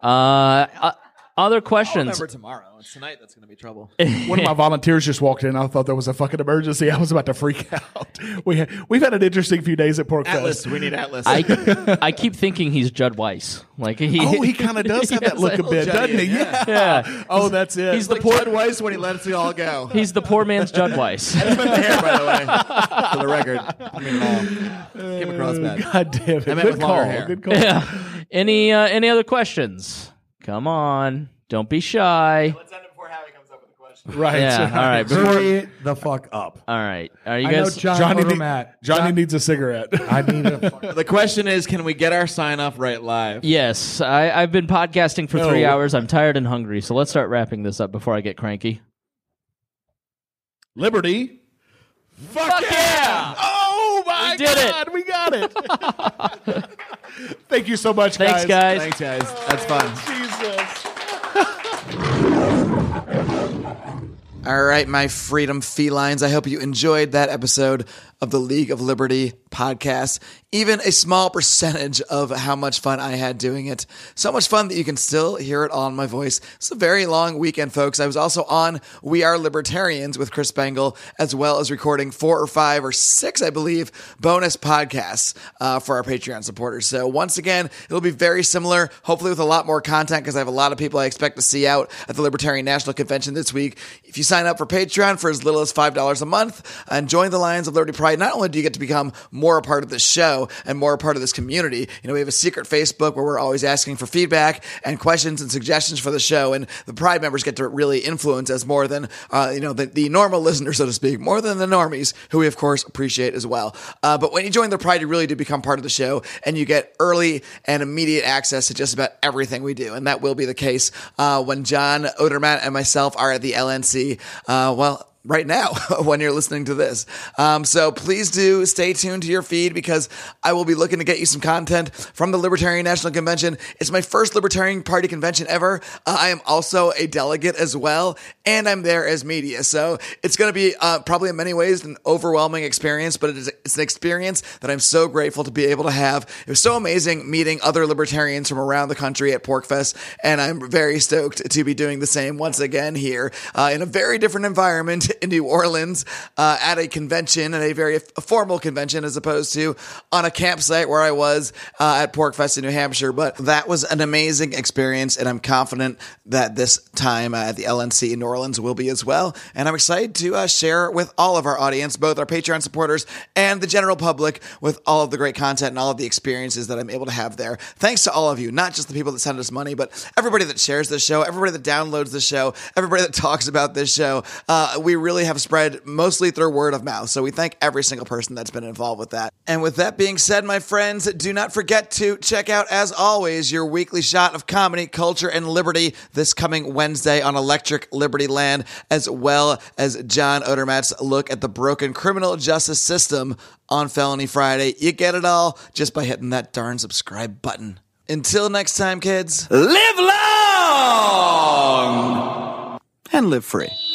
Uh, uh, other questions? Remember tomorrow. It's tonight that's going to be trouble. One of my volunteers just walked in. I thought there was a fucking emergency. I was about to freak out. We had, we've had an interesting few days at Pork Atlas, Fest. we need Atlas. I I keep thinking he's Judd Weiss. Like he Oh, he kinda does have that has look a bit, little doesn't he? Judd- Yeah. yeah. Oh, that's it. He's the poor Weiss when he lets it all go. He's the poor man's Judd Weiss. for the record. I mean, uh, came across bad. God damn it. I meant Good with longer call. hair. Good call. Yeah. Any uh, any other questions? Come on, don't be shy. Right. Yeah, all right. Hurry the fuck up. All right. Are you I know guys? John Johnny, Over need- Matt. Johnny needs a cigarette. I need a. The question is, can we get our sign off right live? Yes, I, I've been podcasting for three No. hours. I'm tired and hungry, so let's start wrapping this up before I get cranky. Liberty. Fuck, yeah! Oh my did it. God, we got it. Thank you so much, Thanks, guys. guys. Thanks, guys. That's fun. All right, my freedom felines. I hope you enjoyed that episode of the League of Liberty podcast. Even a small percentage of how much fun I had doing it. So much fun that you can still hear it all in my voice. It's a very long weekend, folks. I was also on We Are Libertarians with Chris Bangle, as well as recording four or five or six, I believe, bonus podcasts uh, for our Patreon supporters. So once again, it'll be very similar, hopefully with a lot more content because I have a lot of people I expect to see out at the Libertarian National Convention this week. If you sign up for Patreon for as little as $5 a month and join the Lions of Liberty Pride, not only do you get to become more a part of this show and more a part of this community, you know, we have a secret Facebook where we're always asking for feedback and questions and suggestions for the show. And the Pride members get to really influence us more than, uh, you know, the, the normal listener, so to speak, more than the normies, who we, of course, appreciate as well. Uh, but when you join the Pride, you really do become part of the show and you get early and immediate access to just about everything we do. And that will be the case uh, when John Odermatt and myself are at the LNC. Uh, well, right now when you're listening to this. Um, so please do stay tuned to your feed because I will be looking to get you some content from the Libertarian National Convention. It's my first Libertarian Party convention ever. Uh, I am also a delegate as well, and I'm there as media. So it's going to be uh, probably in many ways an overwhelming experience, but it is, it's an experience that I'm so grateful to be able to have. It was so amazing meeting other libertarians from around the country at Porkfest, and I'm very stoked to be doing the same once again here uh, in a very different environment in New Orleans uh, at a convention, at a very f- formal convention, as opposed to on a campsite where I was uh, at Porkfest in New Hampshire. But that was an amazing experience, and I'm confident that this time uh, at the LNC in New Orleans will be as well. And I'm excited to uh, share it with all of our audience, both our Patreon supporters and the general public, with all of the great content and all of the experiences that I'm able to have there. Thanks to all of you, not just the people that send us money, but everybody that shares this show, everybody that downloads the show, everybody that talks about this show. Uh, we really have spread mostly through word of mouth. So we thank every single person that's been involved with that. And with that being said, my friends, do not forget to check out, as always, your weekly shot of comedy, culture, and liberty this coming Wednesday on Electric Liberty Land, as well as John Odermatt's look at the broken criminal justice system on Felony Friday. You get it all just by hitting that darn subscribe button. Until next time, kids, live long and live free.